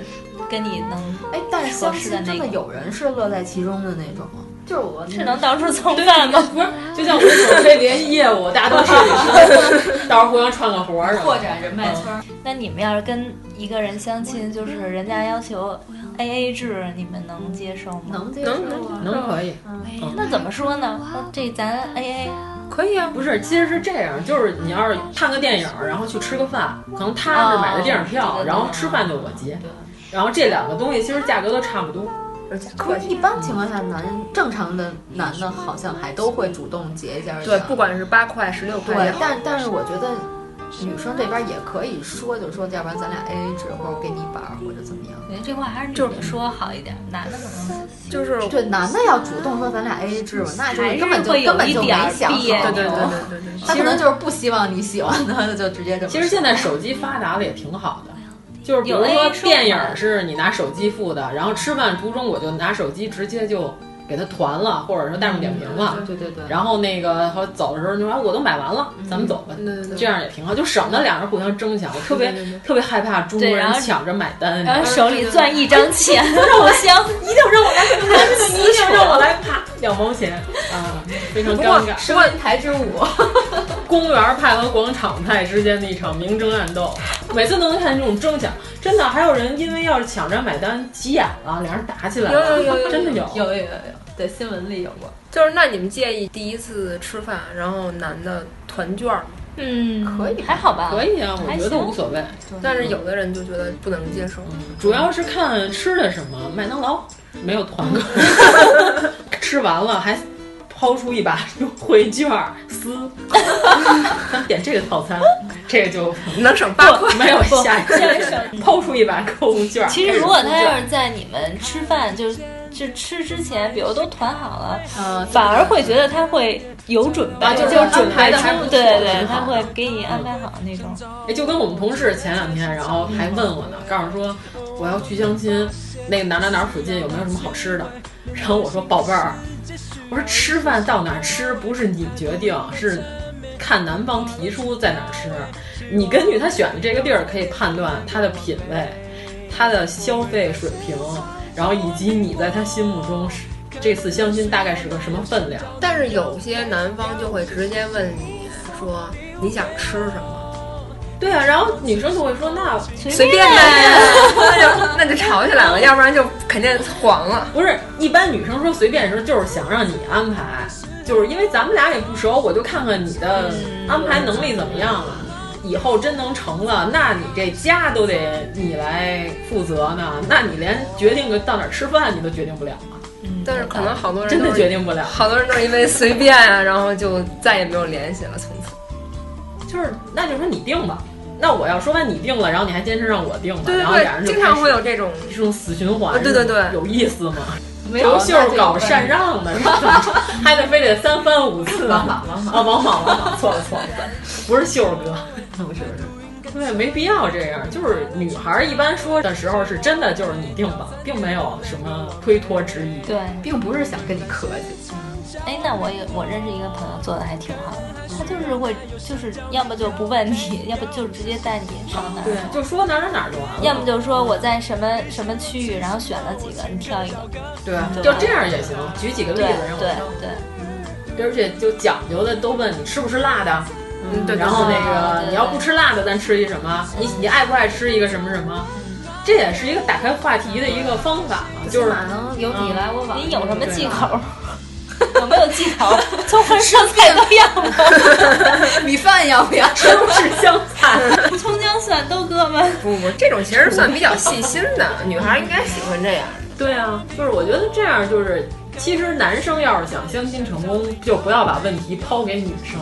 跟你能
哎，但是
合
相
适
亲
的那
真
个
的有人是乐在其中的那种吗？就是我
是能到处蹭饭吗？
不是， 就像我们手这连业务，大家都设计师， 到时候互相串个活儿什么的，
拓展人脉圈儿。
那你们要是跟一个人相亲，就是人家要求 A A 制，你们能接受吗？
能接受啊
能可以。
嗯那怎么说呢？那这咱 A A，
可以啊，不是，其实是这样，就是你要是看个电影，然后去吃个饭，可能他是买的电影票，
哦
然后吃饭就我结，然后这两个东西其实价格都差不多。
而且
可
客
是，
气
一般情况下，男正常的男的好像还都会主动结一下。
对，不管是八块、十六块也
对，
好，
但但是我觉得女生这边也可以说，就是说，要不然咱俩 A A 制，或者我给你一半儿，或者怎么样。
我觉得哎这话还是女的说好一点，男的可能
就是
对，男的要主动说咱俩 A A 制嘛，那就
还
是
是
根本就
会有
根本
一
就
点
没
儿
想好。
别扭
对对对对对对
他可能就是不希望你喜欢他， 就直接这么说。
其实现在手机发达了也挺好的，就是比如
有 A
说
说
电影是你拿手机付的，然后吃饭途中我就拿手机直接就给他团了，或者说大众点评了。
对对对，
然后那个和走的时候你说哎我都买完了，咱们走吧，
对对对
这样也挺好，就省得俩人互相争抢。我特别
对对对
特别害怕中国
对然
人
后
抢着买单，
然后
你知道吗
手里攥一张钱，互相
一定让我来，一定让我来，啪两毛钱啊，非常
不
尴
过
尬。
不过
台之 舞，
公园派和广场派之间的一场明争暗斗，每次都能看见这种争抢。真的，还有人因为要是抢着买单急眼了，两人打起来了，
有有有有
真的有。
有有有有，对新闻里有过，
就是那你们介意第一次吃饭，然后男的团券吗？
嗯，
可以
还好吧？
可以啊，我
还
觉得
行
无所谓，
但是有的人就觉得不能接受，
主要是看吃的什么。麦当劳没有团 购，吃完了还抛出一把 优惠券儿撕，咱 们点这个套餐，这个就
能省八块。
没有
不
下一
这个
个，抛出一把购物券儿。
其实如果他要是在你们吃饭就是。就吃之前，比如都团好了，
嗯，
反而会觉得他会有准备，
啊就是
就准
安
备
排得
出
还不，错
对对，
挺好
他会给你安排好那种。
哎，就跟我们同事前两天，然后还问我呢，告诉说我要去相亲，那个哪哪哪儿附近有没有什么好吃的？然后我说宝贝儿，我说吃饭到哪儿吃不是你决定，是看男方提出在哪儿吃，你根据他选的这个地儿可以判断他的品味、他的消费水平，然后以及你在他心目中是这次相亲大概是个什么分量。
但是有些男方就会直接问你说你想吃什么，
对啊，然后女生就会说那
随便呗，那就那就吵起来了，要不然就肯定黄了。
不是，一般女生说随便的时候，就是想让你安
嗯
排，就是因为咱们俩也不熟，我就看看你的安排能力怎么样了。以后真能成了，那你这家都得你来负责呢，那你连决定个到哪儿吃饭你都决定不了啊。
嗯但是可能好多人
真的
都是
决定不了
好多人都是因为随便啊，然后就再也没有联系了，从此。
就是，那就说你定吧。那我要说完你定了，然后你还坚持让我定吧，
对对
然后
对
俩人就
经常
开始
会有这种
这种死循环
啊，对对对
是有意思吗？
没有
刘秀
那就
搞
有
禅让呢，是吧还得非得三番五次。王莽，王莽，哦，王莽，王莽，错了错了，不是秀儿哥，不是不是，对，没必要这样。就是女孩儿一般说的时候，是真的就是你定吧，并没有什么推脱之意。
对，
并不是想跟你客气。
哎，那我也我认识一个朋友做的还挺好，他就是会就是要么就不问你，要不就直接带你上哪儿，
对，就说哪儿哪儿哪儿就完了。
要么就说我在什么什么区域，然后选了几个，你挑一个。
对
对，
就这样也行。举几个例子
对
让我
对
知道
对，
而且就讲究的都问你吃不吃辣的，
嗯对
然后那
啊
个
对
你要不吃辣的，咱吃一什么？你你爱不爱吃一个什么什么？这也是一个打开话题的一个方法嘛，就是
起码能有你来我往
嗯
你有什么
对
忌 口？有没有忌口？ 葱花生菜都要 吗？
米饭要不要？
是不是香 菜？
葱姜蒜都搁吗？
不不，这种其实算比较细心的，女孩儿应该喜欢这样。
对啊，就是我觉得这样就是，其实男生要是想相亲成功，就不要把问题抛给女生。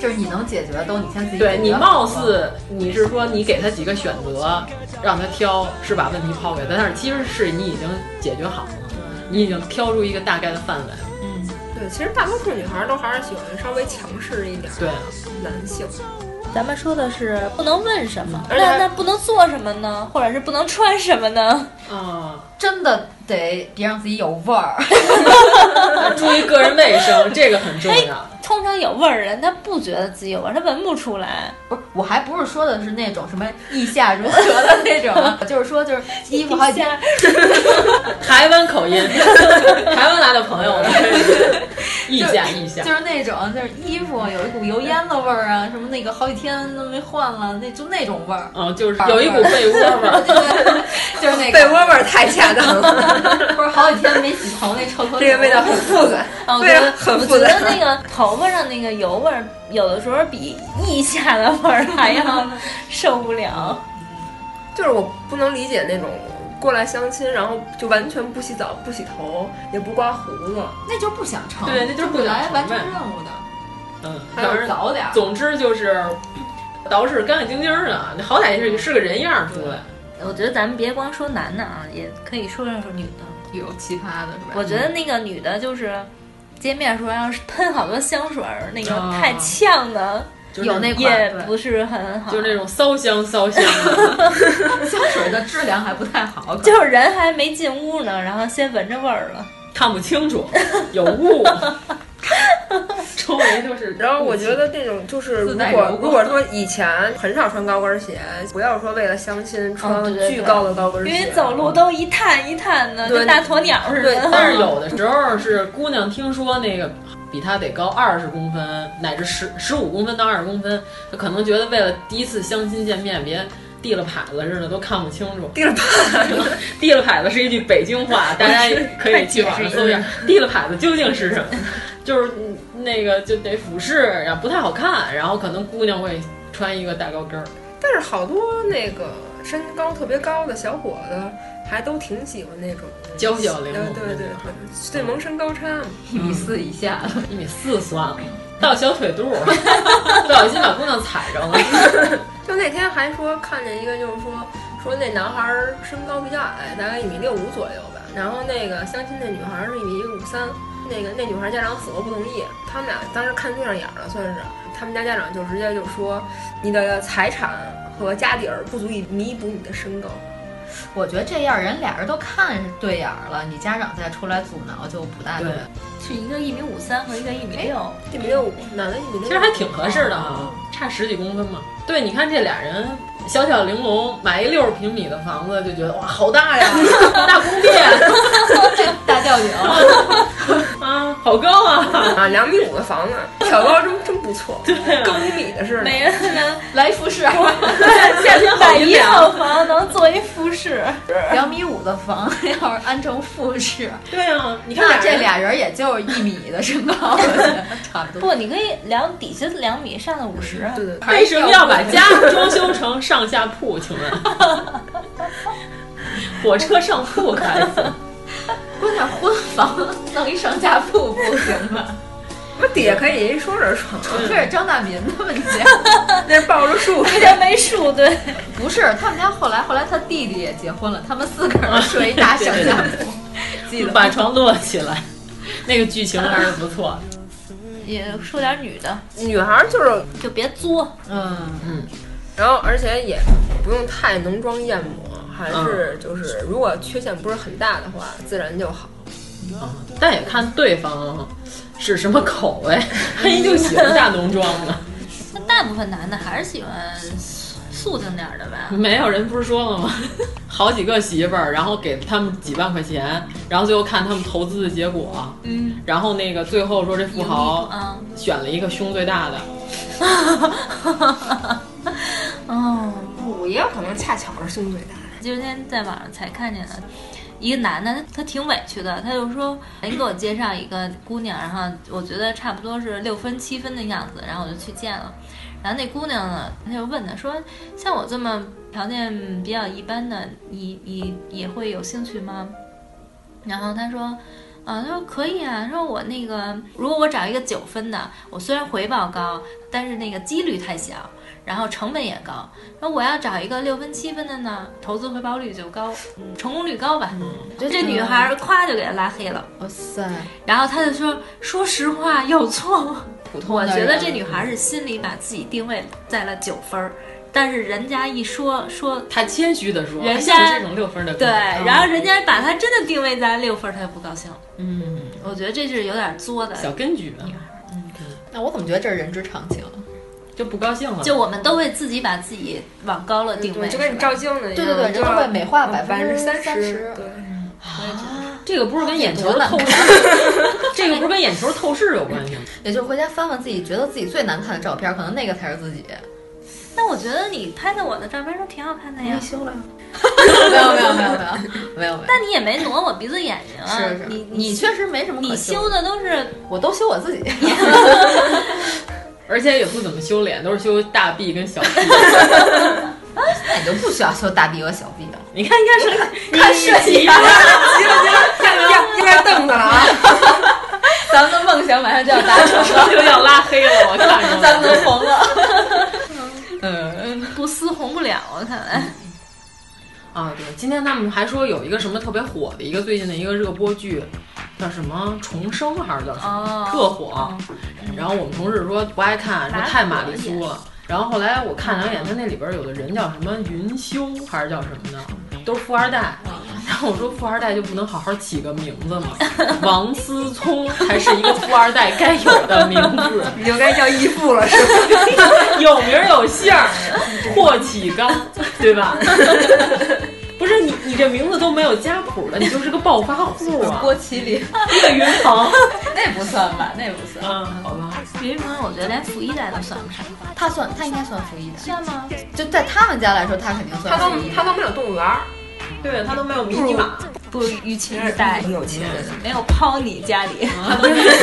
就是你能解决的都你先自己解决
对
好
你貌似你是说你给他几个选择，让他挑，是把问题抛给他，但是其实是你已经解决好了，
嗯
你已经挑出一个大概的范围。
对，其实大多数女孩儿都还是喜欢稍微强势一点儿的
对啊
男性。
咱们说的是不能问什么，
而且
那那不能做什么呢？或者是不能穿什么呢？
啊，
真的得别让自己有味儿。
注意个人卫 生，这个很重
哎
要。
通常有味儿的人，他不觉得自己有味儿，他闻不出来。
不是，我还不是说的是那种什么腋下如何的那种，就是说就是衣服好几件，
哎台湾 口音，台湾来的朋友们， 意下意下
就。是那种就是衣服啊有一股油烟子味儿啊，什么那个好几天都没换了，那就那种味 儿。
嗯，就是有一股被窝味 儿，
就是那个
被窝味儿太恰当 了，
不是好几天没洗头那臭头，
这个味道很复杂
啊，我
对
觉得
很
我
复
觉
杂
得那个头发上那个油味儿，有的时候比腋下的味儿还要受不了。
就是我不能理解那种过来相亲，然后就完全不洗澡、不洗头，也不刮胡子，
那就不想成，
对那就是不
本
想
来
成
完成
呗
任务的。
嗯，
还有
反正
早点儿
总之就是捯饬干干净净儿的，你好歹是是个人样儿出来。
我觉得咱们别光说男的啊，也可以说说说女的。
有奇葩的是吧
我觉得那个女的就是见面的时候要是喷好多香水儿，那个
啊
太呛的，
就是那款
也
对
不是很好，
就是那种骚香骚香 的，
香水的质量还不太好，可能
就是人还没进屋呢，然后先闻着味儿了。
看不清楚，有 雾，周围就是。
然后我觉得这种就是，如
自带
果
柔光
如果说以前很少穿高跟鞋，不要说为了相亲穿
哦对对对
巨高的高跟
因
鞋，
为走路都一探一探的，
对
跟大鸵鸟似的。
但是有的时候是姑娘听说那个比她得高二十公分，乃至十十五公分到二十公分，她可能觉得为了第一次相亲见面，别递了牌子似的都看不清楚。
递了牌
子，递了牌子是一句北京话，大家 可以去网上搜一下，递了牌子究竟是什么？就是嗯那个就得俯视，然后不太好看，然后可能姑娘会穿一个大高跟儿。
但是好多那个身高特别高的小伙子，还都挺喜欢那种
娇小玲珑
呃对对对，对萌身高差嘛，
一
嗯
米四以下，
一米四算了，到小腿肚儿， 不小心把姑娘踩着了。
就那天还说看见一个，就是说说那男孩儿身高比较矮，大概一米六五左右吧。然后那个相亲那女孩儿是一米五三，那个那女孩儿家长死活不同意。他们俩当时看对上眼儿了，算是他们家家长就直接就说你的财产和家底儿不足以弥补你的身高。
我觉得这样人俩人都看对眼儿了，你家长再出来阻挠就不大对。
是一个一米五三和一个一米六，
哎一米六五，男的一米六，
其实还挺合适的啊，差十几公分嘛。对，你看这俩人小巧玲珑，买一六十平米的房子，就觉得哇，好大呀， 大宫 殿，
大吊顶
啊，好 高啊！
啊，两米五的房子，挑高 真真不错，跟五米的似的。
每人呢
来一副式，啊
对，
夏天好
买一一套房能做一复式，
两米五的房要是安成复式，
对啊，你
那
看
这俩人也就一米的身 高，差不多。
不，你可以量底下两米，上到五十啊。
为什么要把家装修成上下铺？请 问，火车上铺开始，
关键婚房弄一上下铺不行吗？
那底下可以一双人床，
这是张大民他们家，
那是抱着 树，
他家没树， 对，
不是他们家后来后来他弟弟也结婚了，他们四个人睡一大上 下铺， 记得吗
把床摞起来，那个剧情还是不错。
嗯
也说点女的，
女孩儿就是
就别作，
嗯
嗯，
然后而且也不用太浓妆艳抹，还
嗯
是就是如果缺陷不是很大的话，自然就好。
但也看对方是什么口 味，万一就喜欢大浓妆呢？
那大部分男的还是喜欢素素净点儿的吧？
没有人不是说了吗？ 好几个媳妇儿，然后给他们几万块钱，然后最后看他们投资的结果，
嗯，
然后那个最后说这富豪
啊，
选了一个胸最大的，
哦，
我也有可能恰巧是胸最大。
今天在网上才看见的，一个男的，他他挺委屈的，他就说：“哎，你给我介绍一个姑娘，然后我觉得差不多是六分七分的样子，然后我就去见了。然后那姑娘呢，他就问他说：像我这么条件比较一般的，你你也会有兴趣吗？然后他说。”啊，他说可以啊，他说我那个，如果我找一个九分的，我虽然回报高，但是那个几率太小，然后成本也高。那我要找一个六分七分的呢，投资回报率就高，嗯成功率高吧。就这女孩儿咵就给他拉黑了，
哇塞，
然后他就说：“说实话，有错吗？”
普通
我
的人
觉得这女孩儿是心里把自己定位在了九分儿，但是人家一说说
他谦虚的说，
人家
哎有这种六分的姑
对，
娘，
然后人家把她真的定位在六分儿，她就不高兴了。
嗯，
我觉得这是有点作的。
小根据呢，
那我怎么觉得这是人之常情？
就不高兴了。
就我们都会自己把自己往高了定位，
嗯就跟你照镜子一样，
对对对，人
就
都会美化百分之
之
三
十。对，
这个不是跟眼球透视， 这个不是跟眼球透视有关系吗？
也就是回家翻翻自己觉得自己最难看的照片，可能那个才是自己。
那我觉得你拍的我的照片都挺好看的呀。
修了呀？没有没有没有没有没有没有，
但你也没挪我鼻子眼睛啊！
是是，
你
你确实没什么可
你修的都是
我都修我自己。
而且也不怎么修脸，都是修大臂跟 小臂。
那你就不需要修大臂和小臂了。
你看，应该是
看设计
行了
啊
行了行了，要要要凳子了啊！
咱们的梦想马上就要达成 了，
就要拉黑了，我看
嗯
着了
咱们都红了。嗯
不撕红不了啊！看来
啊，对，今天他们还说有一个什么特别火的一个最近的一个热播剧，叫什么《重生》还是叫什
嗯
么，
哦
特火。然后我们同事说不爱看，说太玛丽苏了。然后后来我看两眼，他那里边有的人叫什么云修还是叫什么的，都是富二代。然后我说富二代就不能好好起个名字 吗？王思聪才是一个富二代该有的名字。
你就该叫义父了，是吧？
有名儿有姓儿，霍启刚，对吧？ 不是你，你这名字都没有家谱的，你就是个暴发户啊！
郭麒麟，
一个云鹏，
那不算吧？那不算。
嗯，好吧，
云鹏，我觉得连富一代都算不上，
他算，他应该算富一代。
算吗？
就在他们家来说，他肯定
他
算
都
富一代。
他都没有动物园儿，
对他都没有迷你马，
不与其一
哎
代
有钱 人。
没有抛你家里，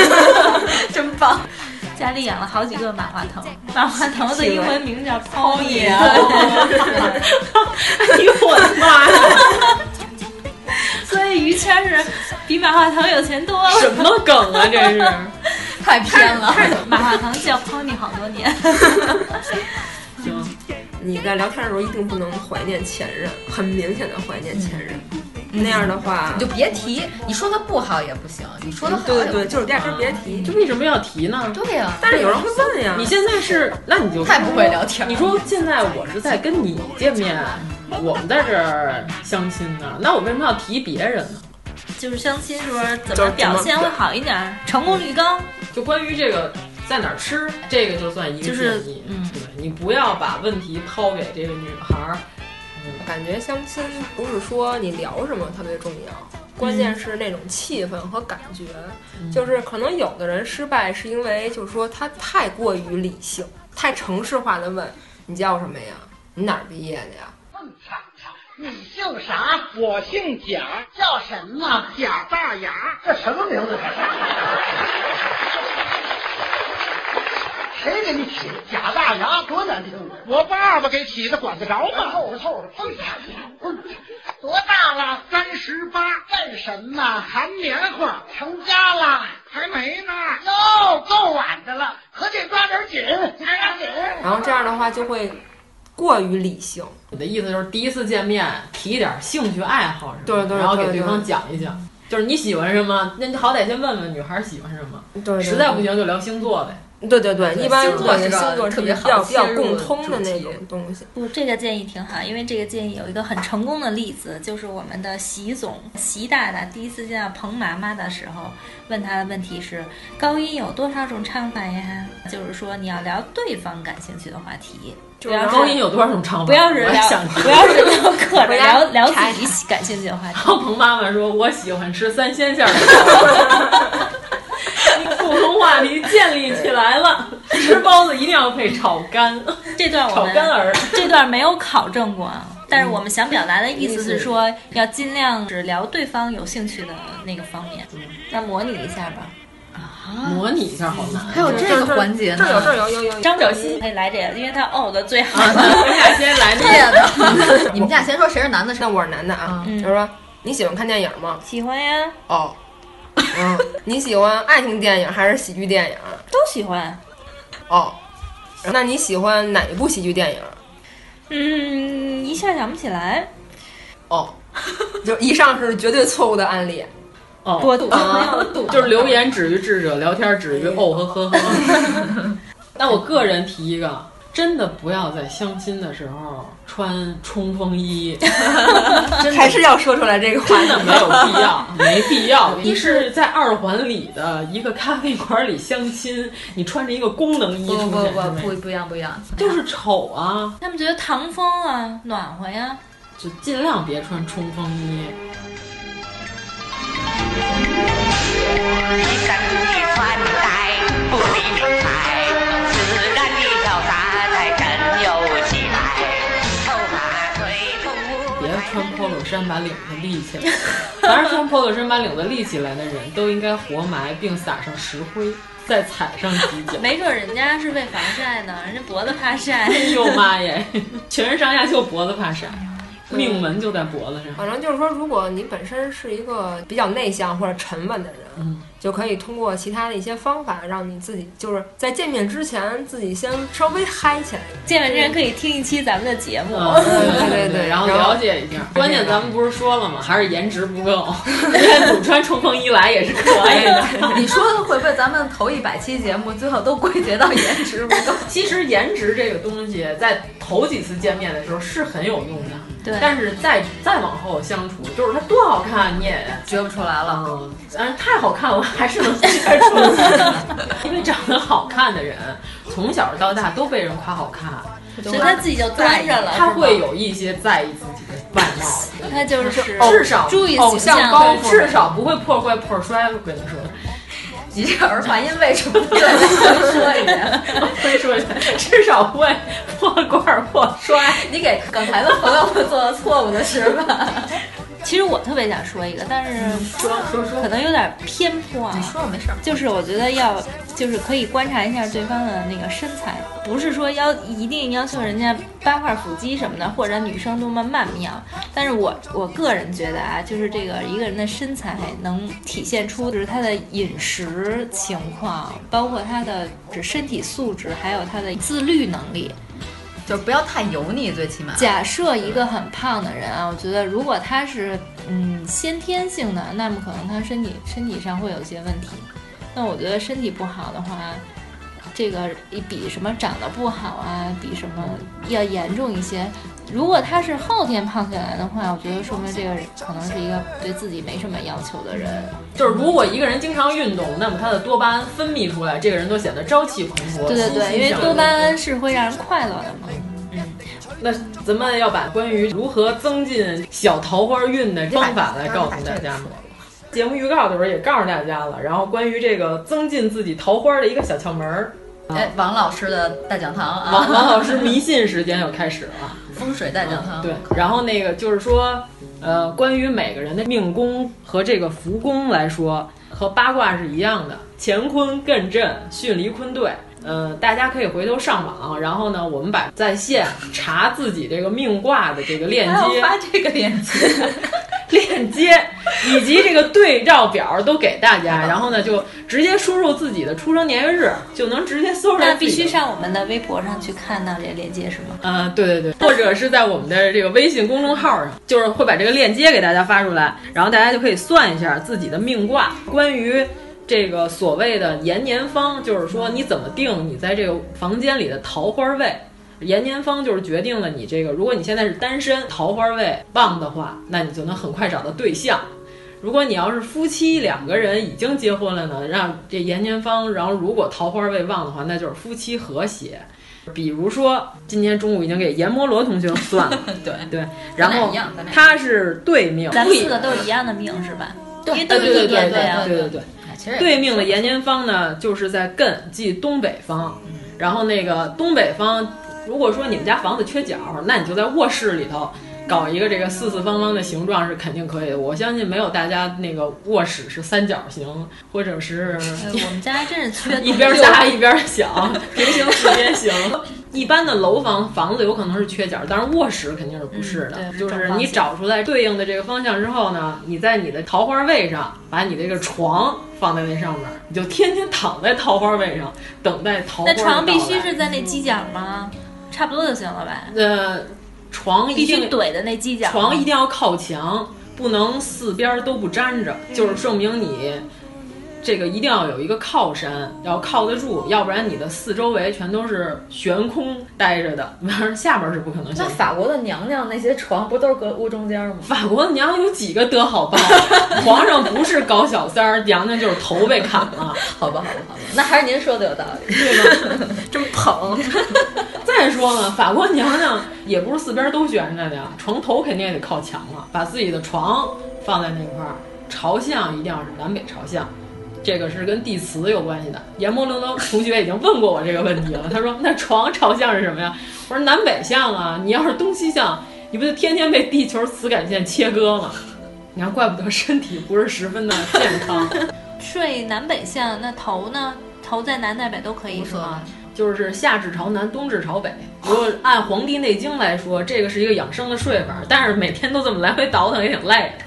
真棒。
嗯家里养了好几个马化腾，马化腾的英文名叫啊抛你，
啊
哎呦我的妈呀，
所以于谦是比马化腾有钱多了。
什么梗啊这 是？
太偏了。
马化腾叫抛你好多年，
行，
你在聊天的时候一定不能怀念前任，很明显的怀念前任，
嗯
那样的话
你 就。别提，你说他不好也不行，你说他好
对
也
对
不
对，
行。
就是压根儿别提。
这
嗯
为什么要提呢？
对呀、
但是有人会问呀，
你现在是，那你就
太不会聊天儿
你说现在我是在跟你见面，我们在这儿相亲呢，那我为什么要提别人呢？
就是相亲时候怎
就是
么
怎么
表现会好一点，成功率高。
就关于这个在哪儿吃，这个就算一个
就是
建议。
嗯
对你不要把问题抛给这个女孩儿。
感觉相亲不是说你聊什么特别重要，关键是那种气氛和感觉。就是可能有的人失败是因为就是说他太过于理性，太程式化的问你叫什么呀，你哪儿毕业的呀，
你尝尝，你姓啥？我姓贾，叫什么？贾啊大牙。
这什么名字？
谁给你起的
假大牙多难听啊！
我爸爸给起的，管得着吗？
凑合凑合。
哎呀，多大了？三十八。干什么？含棉花。成家了？还没呢。哟，够晚的了，可得抓点紧，抓点紧。
然后这样的话就会过于理性。
你的意思就是第一次见面提点兴趣爱好什么的，
对对对
然后给对方讲一讲，就是你喜欢什么，那你好歹先问问女孩喜欢什么，
对
实在不行就聊星座呗。
对对对，一般
星座是
对
个
星座是
特别
比
好
较
切
比较
入
共
的
通的
主
那
题
种东西。
不，这个建议挺好，因为这个建议有一个很成功的例子，就是我们的习总习大大第一次见到彭妈妈的时候，问他的问题是高音有多少种唱法呀？就是说你要聊对方感兴趣的话题，
就
不要
是
是
高音有多少种唱法
不要是
我也
聊
想，
不要是聊嗑着
回家
聊聊
查
自己喜感兴趣 的话题。
然后彭妈妈说：“我喜欢吃三鲜馅儿的。”共同话题建立起来了。吃包子一定要配炒肝，
这段我
炒
们
肝儿。
这段没有考证过啊，但是我们想表达的意思是说，要尽量只聊对方有兴趣的那个方面。那模拟一下吧。
模拟一下好难。啊
还有这个环节呢这儿有这儿有有有张九熙可以来这个，因为他哦的最好。
你俩先来
这个， 你们俩先说谁是男的，
那我是男的啊。
嗯
嗯
他说你喜欢看电影吗？
喜欢呀。
哦，嗯，你喜欢爱情电影还是喜剧电影？啊
都喜欢。
哦，那你喜欢哪一部喜剧电影？啊
嗯，一下想不起来。
哦，就以上是绝对错误的案例。
哦，
过度过度
就是留言止于智者，聊天止于哦呵呵呵。 但我个人提一个，真的不要在相亲的时候穿冲锋 衣，真的
还是要说出来这个话
真的没有必 要，没必要。你是在二环里的一个咖啡馆里相亲，你穿着一个功能衣
不
出
不
现，
不
是吗
不不一样不一样，
就是丑啊，
他们觉得唐风啊，暖和呀。
就尽量别穿冲锋衣。
敢去穿戴，不理你裁，自然的潇洒才真有气派。头发吹风
别穿 polo 衫把领子立起来。凡是穿 polo 衫把领子立起来的人，都应该活埋并撒上石灰，再踩上几 脚。
没准人家是为防晒呢，人家脖子怕晒。
哎呦妈耶！全身上下就脖子怕晒，命门就在脖子上。
反正就是说，如果你本身是一个比较内向或者沉稳的人，
嗯，
就可以通过其他的一些方法，让你自己就是在见面之前自己先稍微嗨起来。
见面之前可以听一期咱们的节目。
嗯对对，
对对
然后
然后
了解一下。关键咱们不是说了吗？还是颜值不够，总穿冲锋衣来也是可以的。
你说会不会咱们头一百期节目最后都归结到颜值不 够？
其实颜值这个东西，在头几次见面的时候是很有用的，
对
但是再再往后相处，就是他多好看你也觉不出来了。嗯，但是太好看了还是能觉出来，因为长得好看的人，从小到大都被人夸好看，
所以他自己就端着了
他
是吗
会有一些在意自己的外貌，
他就是
哦
至少
注意
偶
形象
像包
对
袱，至少不会破罐破摔。我跟你说。
你这耳环音为什 么再说一遍？
再说一遍，至少不会破罐破摔。
你给刚才的朋友们做了错误的示范。
其实我特别想说一个，但是说
说说
可能有点偏颇啊。你
说没事。
就是我觉得要，就是可以观察一下对方的那个身材，不是说要一定要求人家八块腹肌什么的，或者女生多么曼妙。但是我我个人觉得啊，就是这个一个人的身材能体现出就是他的饮食情况，包括他的就是身体素质，还有他的自律能力。
就不要太油腻，最起码。
假设一个很胖的人啊，我觉得如果他是嗯先天性的，那么可能他身体身体上会有一些问题。那我觉得身体不好的话，这个比什么长得不好啊，比什么要严重一些。如果他是后天胖起来的话，我觉得说明这个人可能是一个对自己没什么要求的人。
就是如果一个人经常运动，那么他的多巴胺分泌出来，这个人就显得朝气蓬勃。
对对对，因为多巴。胺是会让人快乐 的嘛。
那咱们要把关于如何增进小桃花运的方法来告诉大家吗？节目预告的时候也告诉大家了，然后关于这个增进自己桃花的一个小窍门儿，
哎，王老师的大讲堂啊，
王王老师迷信时间又开始了。
风水大讲堂。
对，然后那个就是说，呃，关于每个人的命宫和这个福宫来说，和八卦是一样的，乾坤艮震巽离坤兑。呃，大家可以回头上网，然后呢，我们把在线查自己这个命卦的这个链
还
接
要发这个链接，
链接以及这个对照表都给大家，然后呢就直接输入自己的出生年月日，就能直接搜出来。
那必须上我们的微博上去看到这链接是吗？
呃，对对对，或者是在我们的这个微信公众号上，就是会把这个链接给大家发出来，然后大家就可以算一下自己的命卦。关于这个所谓的延年方，就是说你怎么定你在这个房间里的桃花位。延年方就是决定了你这个，如果你现在是单身，桃花位旺的话，那你就能很快找到对象。如果你要是夫妻两个人已经结婚了呢，让这延年方，然后如果桃花位旺的话，那就是夫妻和谐。比如说，今天中午已经给阎摩罗同学算 了，
对
对，
咱
然
俩
后
一样咱俩
他是对命，
咱们四个都是一样的命是吧？因为
对
都
对对对
是一年
对
对啊
对哎对对，
其实也
对命的延年方呢，就是在艮，即东北方。然后那个东北方，如果说你们家房子缺角，那你就在卧室里头搞一个这个四四方方的形状是肯定可以的。我相信没有大家那个卧室是三角形，或者是
哎我们家真 是缺
一边大一边 小，平行四边形。 一般的楼房房子有可能是缺角，但是卧室肯定是不是的。
对
就是
正方
你
形
找出来对应的这个方向之后呢，你在你的桃花位上把你这个床放在那上面，你就天天躺在桃花位上等待桃花
那
的到来。
床必须是在那犄角吗？差不多就行了吧？
呃，床一
必须
定
怼的那犄角吗，
床一定要靠墙，不能四边都不沾着，就是证明你这个一定要有一个靠山，要靠得住，要不然你的四周围全都是悬空待着的，完事儿下边是不可能
那
悬空。
法国的娘娘那些床不都是搁屋中间 吗？
法国娘有几个得好报？皇上不是搞小三儿，娘娘就是头被砍了。
好吧，好吧，好吧，那还是您说的有道理，
真捧。 再说了，法国娘娘也不是四边都悬着的呀，床头肯定也得靠墙了，把自己的床放在那块儿，朝向一定要是南北朝向。这个是跟地磁有关系的。阎摩罗罗同学已经问过我这个问题了，他说：“那床朝向是什么呀？”我说：“南北向啊，你要是东西向，你不就天天被地球磁感线切割吗？你看，怪不得身体不是十分的健康。”
睡南北向，那头呢？头在南在北都可以是吗？
就是夏至朝南，冬至朝北。如果按《黄帝内经》来说，这个是一个养生的睡法，但是每天都这么来回倒腾也挺累的，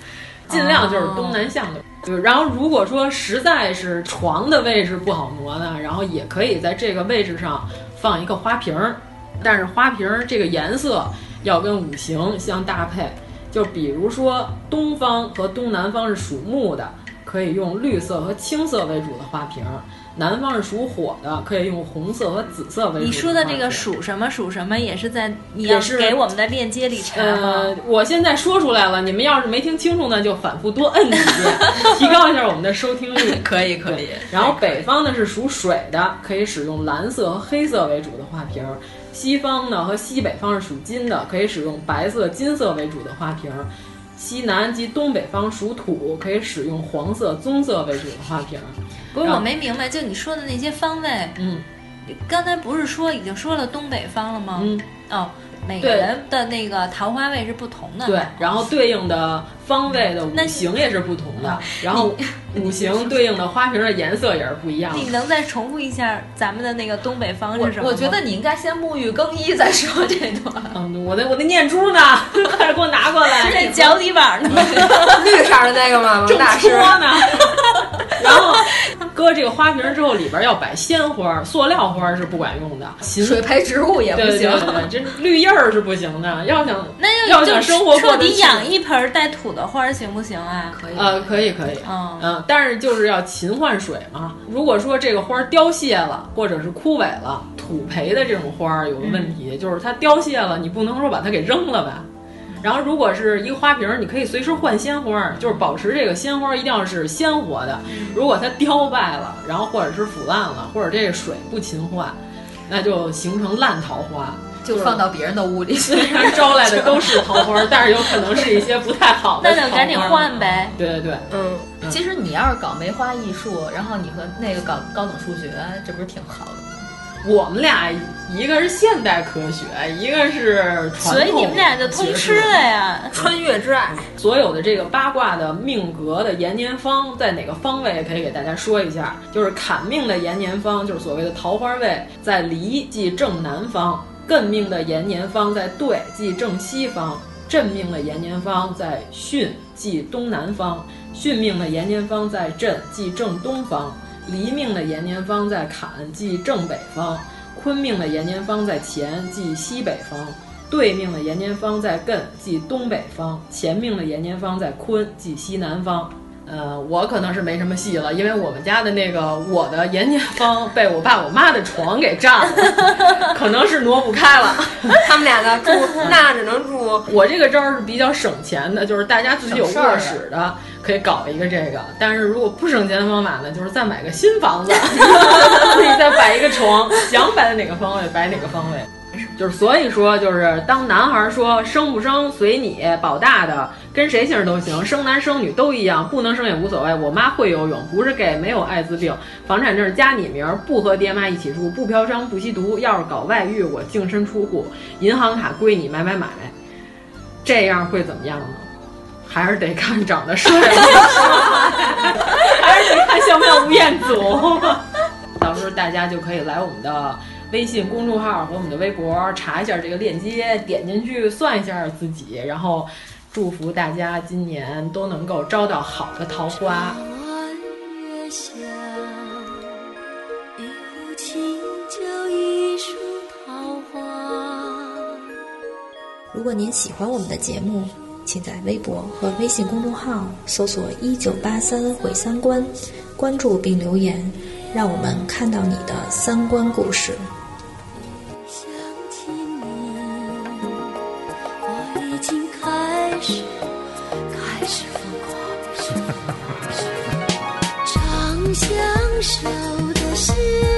尽量就是东南向的。对，然后如果说实在是床的位置不好挪呢，然后也可以在这个位置上放一个花瓶儿，但是花瓶儿这个颜色要跟五行相搭配，就比如说东方和东南方是属木的，可以用绿色和青色为主的花瓶儿；南方是属火的，可以用红色和紫色为主。
你说的
嗯
这个属什么属什么也是在你
也
要
是
给我们的链接里查吗？
呃，我现在说出来了，你们要是没听清楚呢，就反复多 摁几遍，提高一下我们的收听率。
可以，可以。
然后北方呢是属水的，可以使用蓝色和黑色为主的花瓶儿；西方呢和西北方是属金的，可以使用白色、金色为主的花瓶儿；西南及东北方属土，可以使用黄色、棕色为主的花瓶儿。
不是，
然
我
后
没明白，就你说的那些方位，
嗯，
刚才不是说已经说了东北方了吗？
嗯，
哦，每个
对
人的那个桃花位是不同的，
对，然后对应的方位的五行也是不同
啊
的，然 后五行对应的花瓶的颜色也是不一样的。
你能再重复一下咱们的那个东北方
我
是什么吗
我觉得你应该先沐浴更衣再说这 段。
嗯，我的我的念珠呢？ 快点给我拿过来！
这脚底板 呢？
绿色的那个吗？王
正
大师
说呢。然后搁这个花瓶之后，里边要摆鲜花，塑料花是不管用的，
水培植物也不行
对对对对这绿叶儿是不行的。要想
那
要
就
想生活
彻
过得
底
去，
养一盆带土的花儿行不行啊？可以
呃，可以可以，
嗯
但是就是要勤换水嘛。如果说这个花儿凋谢了，或者是枯萎了，土培的这种花儿有个问题，
嗯
就是它凋谢了，你不能说把它给扔了吧。然后，如果是一个花瓶儿，你可以随时换鲜花儿，就是保持这个鲜花儿一定要是鲜活的。
嗯
如果它凋败了，然后或者是腐烂了，或者这个水不勤换，那就形成烂桃花。
就放到别人的屋 里去。
虽然招来的都是桃花儿，但是有可能是一些不太好的。
那就赶紧换呗。
对对对，
嗯。
其实你要是搞梅花艺术，然后你和那个搞高等数学，这不是挺好的吗？
我们俩一个是现代科学，一个是传统，
所以你们俩就通吃了。呀！
穿越之爱，
所有的这个八卦的命格的延年方在哪个方位，可以给大家说一下。就是坎命的延年方，就是所谓的桃花位，在离即正南方；艮命的延年方在兑即正西方；震命的延年方在巽即东南方；巽命的延年方在震即正东方；离命的延年方在坎即正北方；坤命的延年方在乾即西北方。对命的延年方在艮，即东北方；前命的延年方在坤，即西南方。呃，我可能是没什么戏了，因为我们家的那个我的延年方被我爸我妈的床给占了， 可能是挪不开了。
他们俩呢住那只能住。
我这个招儿是比较省钱的，就是大家自己有
省事儿
卧
的
室的可以搞一个这个，但是如果不省钱的方法呢，就是再买个新房子，自己再摆一个床，想摆在哪个方位摆哪个方位。就是所以说，就是当男孩说生不生随你，保大的跟谁姓儿都行，生男生女都一样，不能生也无所谓。我妈会游泳，不是 gay，没有艾滋病，房产证加你名儿，不和爹妈一起住，不嫖娼不吸毒，要是搞外遇我净身出户，银行卡归你买买买，这样会怎么样呢？还是得看长得帅不帅， 还是得看像不像吴彦祖。 到时候大家就可以来我们的微信公众号和我们的微博查一下这个链接，点进去算一下自己，然后祝福大家今年都能够招到好的桃花。
月下，一壶清酒，一束桃花。
如果您喜欢我们的节目，请在微博和微信公众号搜索“一九八三毁三观”，关注并留言，让我们看到你的三观故事。
想起你，我已经开始开始疯狂，长相守的是
啊啊